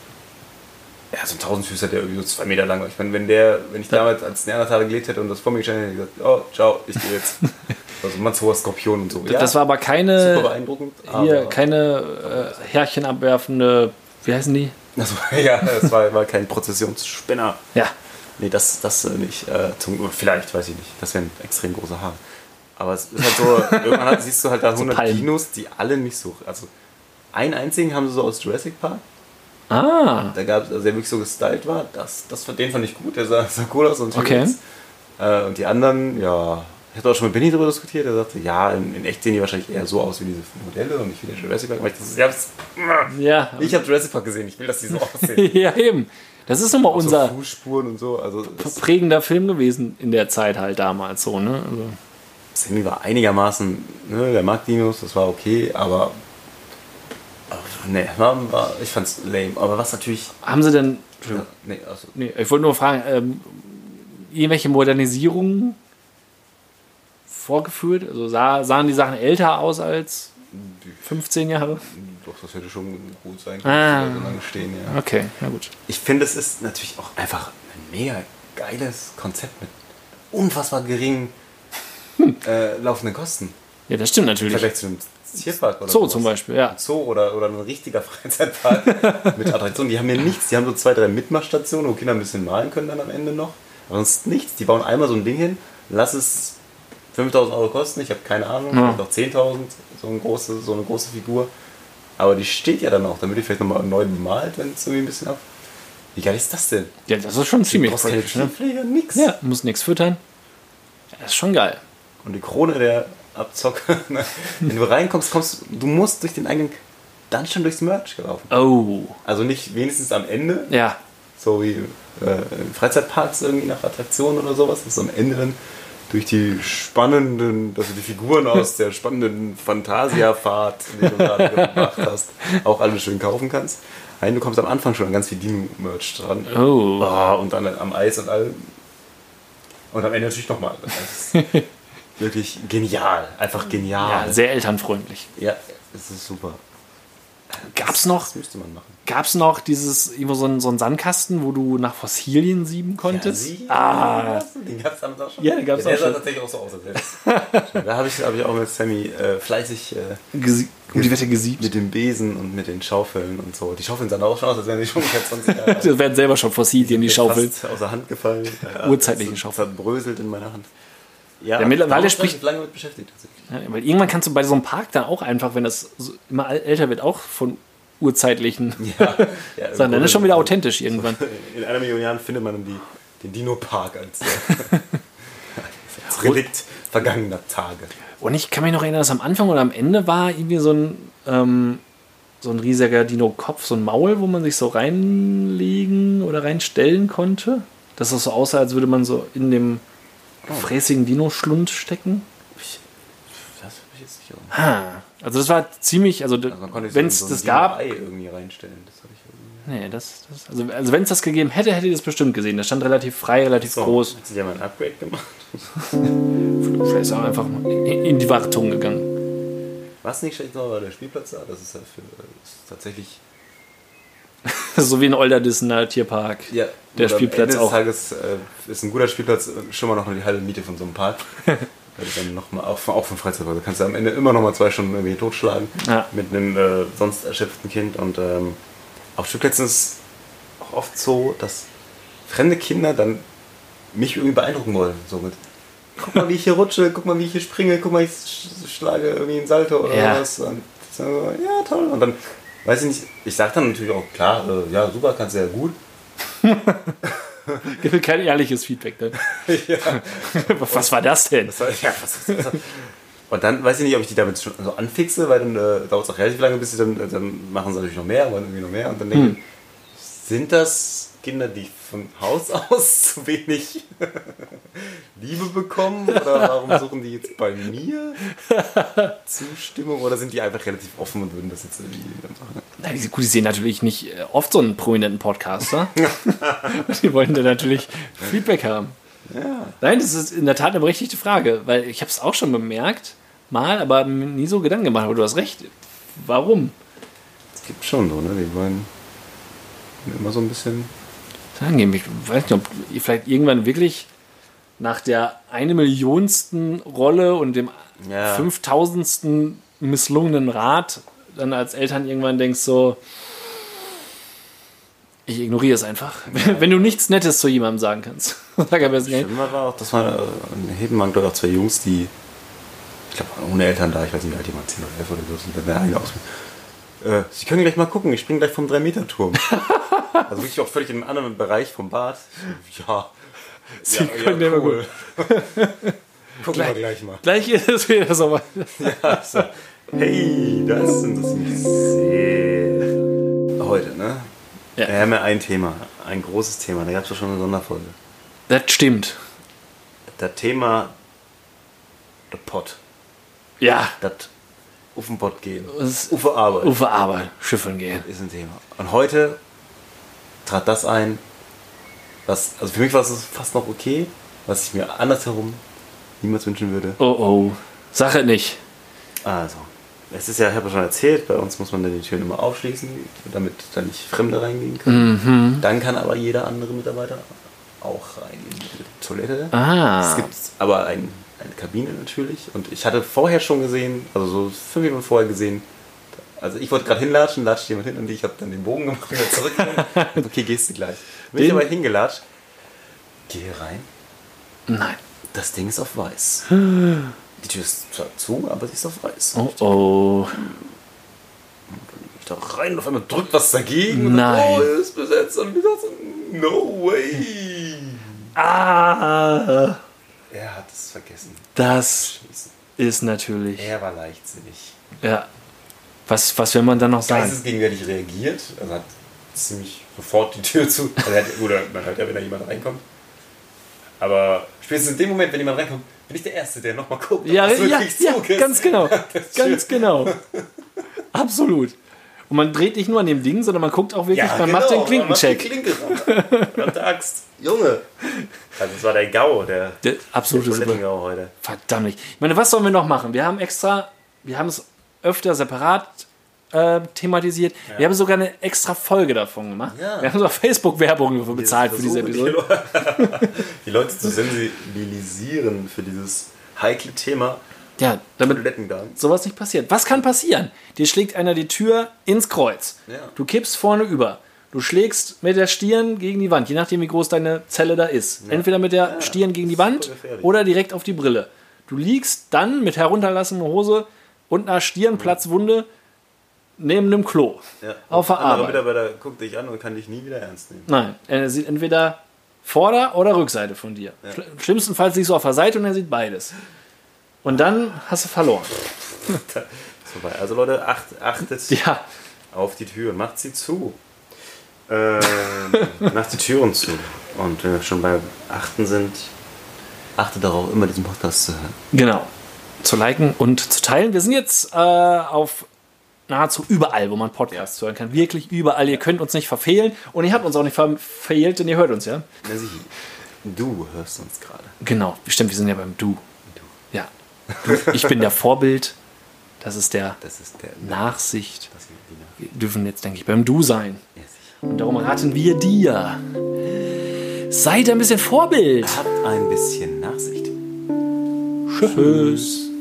Speaker 1: Ja, so ein Tausendfüßer, der irgendwie so zwei Meter lang war. Ich meine, wenn der, wenn ich damals als Neandertaler gelebt hätte und das vor mir gestanden hätte, hätte ich gesagt, oh, ciao, ich gehe jetzt. Also ein ganz hoher Skorpion und so. Ja,
Speaker 3: Das war aber
Speaker 1: super
Speaker 3: keine,
Speaker 1: beeindruckend.
Speaker 3: Äh, hier,
Speaker 1: aber-
Speaker 3: keine äh, Härchen abwerfende, wie heißen die?
Speaker 1: Also, ja, es war, war kein Prozessionsspinner.
Speaker 3: Ja,
Speaker 1: Nee, das, das äh, nicht. Äh, zum, vielleicht, weiß ich nicht. Das wären extrem große Haare. Aber es ist halt so, irgendwann hat, siehst du halt da 100
Speaker 3: Palmen.
Speaker 1: Dinos, die alle nicht so. Also, einen einzigen haben sie so aus Jurassic Park.
Speaker 3: Ah,
Speaker 1: Da gab es, also der wirklich so gestylt war. Das, das, den fand ich gut. Der sah, sah cool aus. Und
Speaker 3: Okay.
Speaker 1: Äh, und die anderen, ja. Ich hatte auch schon mit Benny darüber diskutiert. Er sagte, ja, in, in echt sehen die wahrscheinlich eher so aus wie diese Modelle und nicht wie der Jurassic Park. Aber ich, dachte, ich hab's-
Speaker 3: ja.
Speaker 1: ich habe Jurassic Park gesehen. Ich will, dass die so aussehen.
Speaker 3: ja, eben. Das ist nochmal
Speaker 1: unser
Speaker 3: unser
Speaker 1: Fußspuren und so. Also das-
Speaker 3: prägender Film gewesen in der Zeit halt damals so, ne? Also,
Speaker 1: Sammy war einigermaßen, ne, der mag Dinos, das war okay, aber, aber ne, war, war, ich fand's lame. Aber was natürlich,
Speaker 3: haben sie denn.
Speaker 1: ja, nee, also,
Speaker 3: Nee, ich wollte nur fragen, ähm, irgendwelche Modernisierungen vorgeführt? Also sah, sahen die Sachen älter aus als 15 Jahre?
Speaker 1: Doch, das hätte schon gut sein
Speaker 3: Ah.
Speaker 1: dass die da so lange stehen, ja.
Speaker 3: Okay, na gut.
Speaker 1: Ich finde, es ist natürlich auch einfach ein mega geiles Konzept mit unfassbar geringen äh, laufenden Kosten.
Speaker 3: Ja, das stimmt
Speaker 1: Im
Speaker 3: natürlich.
Speaker 1: Vergleich zu einem Tierpark oder
Speaker 3: Zoo
Speaker 1: sowas.
Speaker 3: zum Beispiel, ja.
Speaker 1: Ein Zoo oder, oder ein richtiger Freizeitpark mit Attraktionen. Die haben ja nichts. Die haben so zwei, drei Mitmachstationen, wo Kinder ein bisschen malen können dann am Ende noch. Aber sonst nichts. Die bauen einmal so ein Ding hin, lass es 5000 Euro kosten. Ich habe keine Ahnung. Vielleicht auch 10.000, so, ein große, so eine große Figur. Aber die steht ja dann auch, damit die vielleicht nochmal neu bemalt, wenn es irgendwie ein bisschen ab. Wie geil ist das denn?
Speaker 3: Ja, das ist schon
Speaker 1: Du
Speaker 3: ziemlich
Speaker 1: brauchst keine
Speaker 3: praktisch, ne?
Speaker 1: Tierpfleger, nix.
Speaker 3: Ja, muss nichts füttern. Ja, Das ist schon geil.
Speaker 1: Und die Krone der Abzocker. ne? Wenn du reinkommst, kommst du musst durch den Eingang dann schon durchs Merch gelaufen.
Speaker 3: Oh.
Speaker 1: Also nicht wenigstens am Ende,
Speaker 3: Ja.
Speaker 1: so wie äh, in Freizeitparks irgendwie nach Attraktionen oder sowas, dass du am Ende dann durch die spannenden, also die Figuren aus der spannenden Phantasiafahrt, die du gerade gemacht hast, auch alle schön kaufen kannst. Nein, du kommst am Anfang schon an ganz viel Dino-Merch dran.
Speaker 3: Oh.
Speaker 1: Ah, und dann am Eis und allem. Und am Ende natürlich nochmal. Das ist wirklich genial. Einfach genial.
Speaker 3: Ja, sehr elternfreundlich.
Speaker 1: ja es ist super.
Speaker 3: Gab's noch,
Speaker 1: Das müsste man machen.
Speaker 3: gab's noch dieses, irgendwo so einen, so einen Sandkasten, wo du nach Fossilien sieben konntest?
Speaker 1: ah. Den gab's damals auch schon.
Speaker 3: Ja, den gab's
Speaker 1: Der
Speaker 3: auch
Speaker 1: sah
Speaker 3: schon.
Speaker 1: tatsächlich auch so aus. als hätte- da habe ich, hab ich auch mit Sammy äh, fleißig äh,
Speaker 3: Gesi- um die Wette gesiebt.
Speaker 1: mit dem Besen und mit den Schaufeln und so. Die Schaufeln sahen auch schon aus, als wären die schon ungefähr 20 Jahre alt.
Speaker 3: Da werden selber schon Fossilien, die Schaufel.
Speaker 1: Fast aus der Hand gefallen. Ja,
Speaker 3: Urzeitliche
Speaker 1: das-
Speaker 3: Schaufel.
Speaker 1: Das hat bröselt in meiner Hand. Ja,
Speaker 3: Ja, mittlerweile
Speaker 1: da hab ich
Speaker 3: spricht-
Speaker 1: relativ lange mit beschäftigt. tatsächlich.
Speaker 3: Ja, weil irgendwann kannst du bei so einem Park dann auch einfach, wenn das so immer al- älter wird, auch von urzeitlichen.
Speaker 1: Ja, ja, im
Speaker 3: Sondern dann
Speaker 1: Grunde-
Speaker 3: ist schon wieder authentisch irgendwann.
Speaker 1: In einer Million Jahren findet man um die, den Dino-Park als, äh, als Relikt vergangener Tage.
Speaker 3: Und ich kann mich noch erinnern, dass am Anfang oder am Ende war irgendwie so ein, ähm, so ein riesiger Dino-Kopf, so ein Maul, wo man sich so reinlegen oder reinstellen konnte. Dass das so aussah, als würde man so in dem
Speaker 1: Oh.
Speaker 3: fräßigen Dino-Schlund stecken.
Speaker 1: Das habe ich jetzt nicht auch.
Speaker 3: Ha. Also das war ziemlich, also,
Speaker 1: Also man konnte sich
Speaker 3: wenn es
Speaker 1: so in so ein
Speaker 3: das gab,
Speaker 1: Ei irgendwie reinstellen. Das hatte ich halt irgendwie.
Speaker 3: nee, das, das, also, also wenn es das gegeben hätte, hätte ich das bestimmt gesehen. Das stand relativ frei, relativ groß.
Speaker 1: Hat sich ja mal ein Upgrade gemacht.
Speaker 3: Vielleicht ist er auch einfach in in die Wartung gegangen.
Speaker 1: Was nicht schlecht war, war der Spielplatz da. Das ist ja für das ist tatsächlich
Speaker 3: so wie ein Olderdissener Tierpark.
Speaker 1: ja,
Speaker 3: Der
Speaker 1: und am
Speaker 3: Spielplatz
Speaker 1: Ende
Speaker 3: auch.
Speaker 1: Des Tages äh, ist ein guter Spielplatz äh, schon mal noch mal die halbe Miete von so einem Park. Weil du dann noch mal, auch, auch von Freizeitpark. Da kannst du am Ende immer noch mal zwei Stunden irgendwie totschlagen
Speaker 3: Ja.
Speaker 1: mit einem äh, sonst erschöpften Kind. Und ähm, auf Spielplätzen ist auch oft so, dass fremde Kinder dann mich irgendwie beeindrucken wollen. So mit, guck mal, wie ich hier rutsche, guck mal, wie ich hier springe, guck mal, ich sch- schlage irgendwie einen Salto oder
Speaker 3: Ja.
Speaker 1: was. Und dann so, ja, toll. Und dann, weiß ich nicht, ich sag dann natürlich auch, klar, äh, ja, super, kannst du ja gut.
Speaker 3: Gibt kein ehrliches Feedback. Ne? Was war das denn?
Speaker 1: Das war, ja, was, was, was. Und dann weiß ich nicht, ob ich die damit schon so anfixe, weil dann äh, dauert es auch relativ lange, bis sie dann, äh, dann machen sie natürlich noch mehr, wollen irgendwie noch mehr. Und dann denke ich, sind das Kinder, die von Haus aus zu wenig Liebe bekommen? Oder warum suchen die jetzt bei mir Zustimmung? Oder sind die einfach relativ offen und würden das jetzt irgendwie machen?
Speaker 3: Na, die, gut, die sehen natürlich nicht äh, oft so einen prominenten Podcaster. die wollen dann natürlich Feedback haben. Nein, das ist in der Tat eine berechtigte Frage, weil ich habe es auch schon bemerkt, mal, aber mir nie so Gedanken gemacht. Aber du hast recht. Warum?
Speaker 1: Es gibt schon so, ne? Die wollen immer so ein bisschen.
Speaker 3: Dann gehen wir- ich weiß nicht, ob ihr vielleicht irgendwann wirklich nach der eine Millionsten Rolle und dem
Speaker 1: Ja.
Speaker 3: fünftausendsten misslungenen Rat dann als Eltern irgendwann denkst so, ich ignoriere es einfach. Wenn du nichts Nettes zu jemandem sagen kannst. Sag am besten, hey,
Speaker 1: Schlimmer war auch, dass man äh, in Hebenmann, glaube ich, auch zwei Jungs, die, ich glaube, ohne Eltern da, ich weiß nicht, wie alt die waren, 10 oder 11 oder so, sind dann der eine aus. Äh, Sie können gleich mal gucken, ich springe gleich vom 3-Meter-Turm. also wirklich auch völlig in einem anderen Bereich vom Bad. Ja. Sie
Speaker 3: können ja mal
Speaker 1: gucken wir gleich mal.
Speaker 3: gleich ist es wieder so.
Speaker 1: Also, hey, das interessiert mich sehr. Heute, ne?
Speaker 3: Ja.
Speaker 1: Wir haben ja ein Thema, ein großes Thema, da gab es ja schon eine Sonderfolge.
Speaker 3: Das stimmt.
Speaker 1: Das Thema The Pot.
Speaker 3: Ja,
Speaker 1: das auf den Pott gehen.
Speaker 3: Das-
Speaker 1: Auf die Arbeit
Speaker 3: Uwe Aber, Schiffeln gehen.
Speaker 1: ist ein Thema. Und heute trat das ein, was, also für mich war es fast noch okay, was ich mir andersherum niemals wünschen würde.
Speaker 3: Oh oh, Sache nicht.
Speaker 1: Also, Es ist ja, ich habe ja schon erzählt, bei uns muss man dann die Türen immer aufschließen, damit da nicht Fremde reingehen
Speaker 3: Mhm.
Speaker 1: können. Dann kann aber jeder andere Mitarbeiter auch reingehen. Die Toilette.
Speaker 3: Ah.
Speaker 1: Es gibt aber ein, eine Kabine natürlich. Und ich hatte vorher schon gesehen, also so fünf Minuten vorher gesehen, also ich wollte gerade hinlatschen, latscht jemand hin und ich habe dann den Bogen gemacht und wieder zurückgegangen. okay, gehst du gleich. Bin ich
Speaker 3: Den-
Speaker 1: aber hingelatscht. Gehe rein.
Speaker 3: Nein.
Speaker 1: Das Ding ist auf weiß. Die Tür ist zwar zu, aber sie ist auf weiß.
Speaker 3: Oh oh.
Speaker 1: Ich da rein und auf einmal drückt was dagegen. und
Speaker 3: Nein.
Speaker 1: dann, Oh, ist besetzt. Und ich dachte, no way.
Speaker 3: Ah.
Speaker 1: Er hat es vergessen.
Speaker 3: Das
Speaker 1: Schießen.
Speaker 3: ist natürlich.
Speaker 1: Er war leichtsinnig.
Speaker 3: Ja. Was, was will man dann noch sagen?
Speaker 1: Geistesgegenwärtig reagiert. Also hat ziemlich sofort die Tür zu. Also er hat, oder man hört ja, wenn da jemand reinkommt. Aber spätestens in dem Moment, wenn jemand reinkommt, bin ich der Erste, der nochmal guckt. ob
Speaker 3: Ja,
Speaker 1: das
Speaker 3: ja,
Speaker 1: wirklich
Speaker 3: ja
Speaker 1: Zug ist.
Speaker 3: ganz genau.
Speaker 1: Das ist
Speaker 3: ganz
Speaker 1: schön.
Speaker 3: genau. Absolut. Und man dreht nicht nur an dem Ding, sondern man guckt auch wirklich,
Speaker 1: Ja,
Speaker 3: man
Speaker 1: genau,
Speaker 3: macht den
Speaker 1: man macht die
Speaker 3: Klinkencheck.
Speaker 1: Klinke ran. Verdammte Axt. Junge. Also, das war der Gau, der.
Speaker 3: Der absolute
Speaker 1: der
Speaker 3: Super.
Speaker 1: Gau heute.
Speaker 3: Verdammt nicht. Ich meine, was sollen wir noch machen? Wir haben extra, wir haben es öfter separat äh, thematisiert. Wir haben sogar eine extra Folge davon gemacht.
Speaker 1: Ja.
Speaker 3: Wir haben sogar Facebook-Werbung dafür bezahlt Halt für diese
Speaker 1: Versuche, die
Speaker 3: Episode.
Speaker 1: Leute- Die Leute zu sensibilisieren für dieses heikle Thema
Speaker 3: Ja, damit
Speaker 1: Toilettengang.
Speaker 3: sowas nicht passiert. Was kann passieren? Dir schlägt einer die Tür ins Kreuz.
Speaker 1: Ja.
Speaker 3: Du kippst vorne über. Du schlägst mit der Stirn gegen die Wand, je nachdem, wie groß deine Zelle da ist. Entweder mit der Stirn gegen die
Speaker 1: super
Speaker 3: Wand
Speaker 1: gefährlich.
Speaker 3: oder direkt auf die Brille. Du liegst dann mit herunterlassener Hose und einer Stirnplatzwunde neben einem Klo.
Speaker 1: Ja.
Speaker 3: Auf der
Speaker 1: Andere
Speaker 3: Arbeit.
Speaker 1: Mitarbeiter guckt dich an und kann dich nie wieder ernst nehmen.
Speaker 3: Nein, er sieht entweder Vorder- oder Rückseite von dir. Schl- Schlimmstenfalls siehst du auf der Seite und er sieht beides. Und dann hast du verloren.
Speaker 1: Vorbei. Also Leute, acht, achtet
Speaker 3: Ja,
Speaker 1: auf die Türen, macht sie zu. Ähm, macht die Türen zu. Und wenn wir schon beim Achten sind, achtet darauf, immer diesen Podcast zu hören.
Speaker 3: Genau. Zu liken und zu teilen. Wir sind jetzt äh, auf nahezu überall, wo man Podcasts hören kann. Wirklich überall. Ihr könnt uns nicht verfehlen und ihr habt uns auch nicht ver verfehlt, denn ihr hört uns, ja?
Speaker 1: Na, Sichi, du hörst uns gerade.
Speaker 3: Genau. Stimmt, wir sind ja beim Du. Ja. Du, ich bin der Vorbild. Das ist der
Speaker 1: Das ist der.
Speaker 3: Nachsicht.
Speaker 1: Das ist die Nachricht.
Speaker 3: Wir dürfen jetzt, denke ich, beim Du sein.
Speaker 1: Ja, Sichi.
Speaker 3: Und darum raten wir dir. Seid ein bisschen Vorbild.
Speaker 1: Habt ein bisschen Nachsicht.
Speaker 3: Tschüss.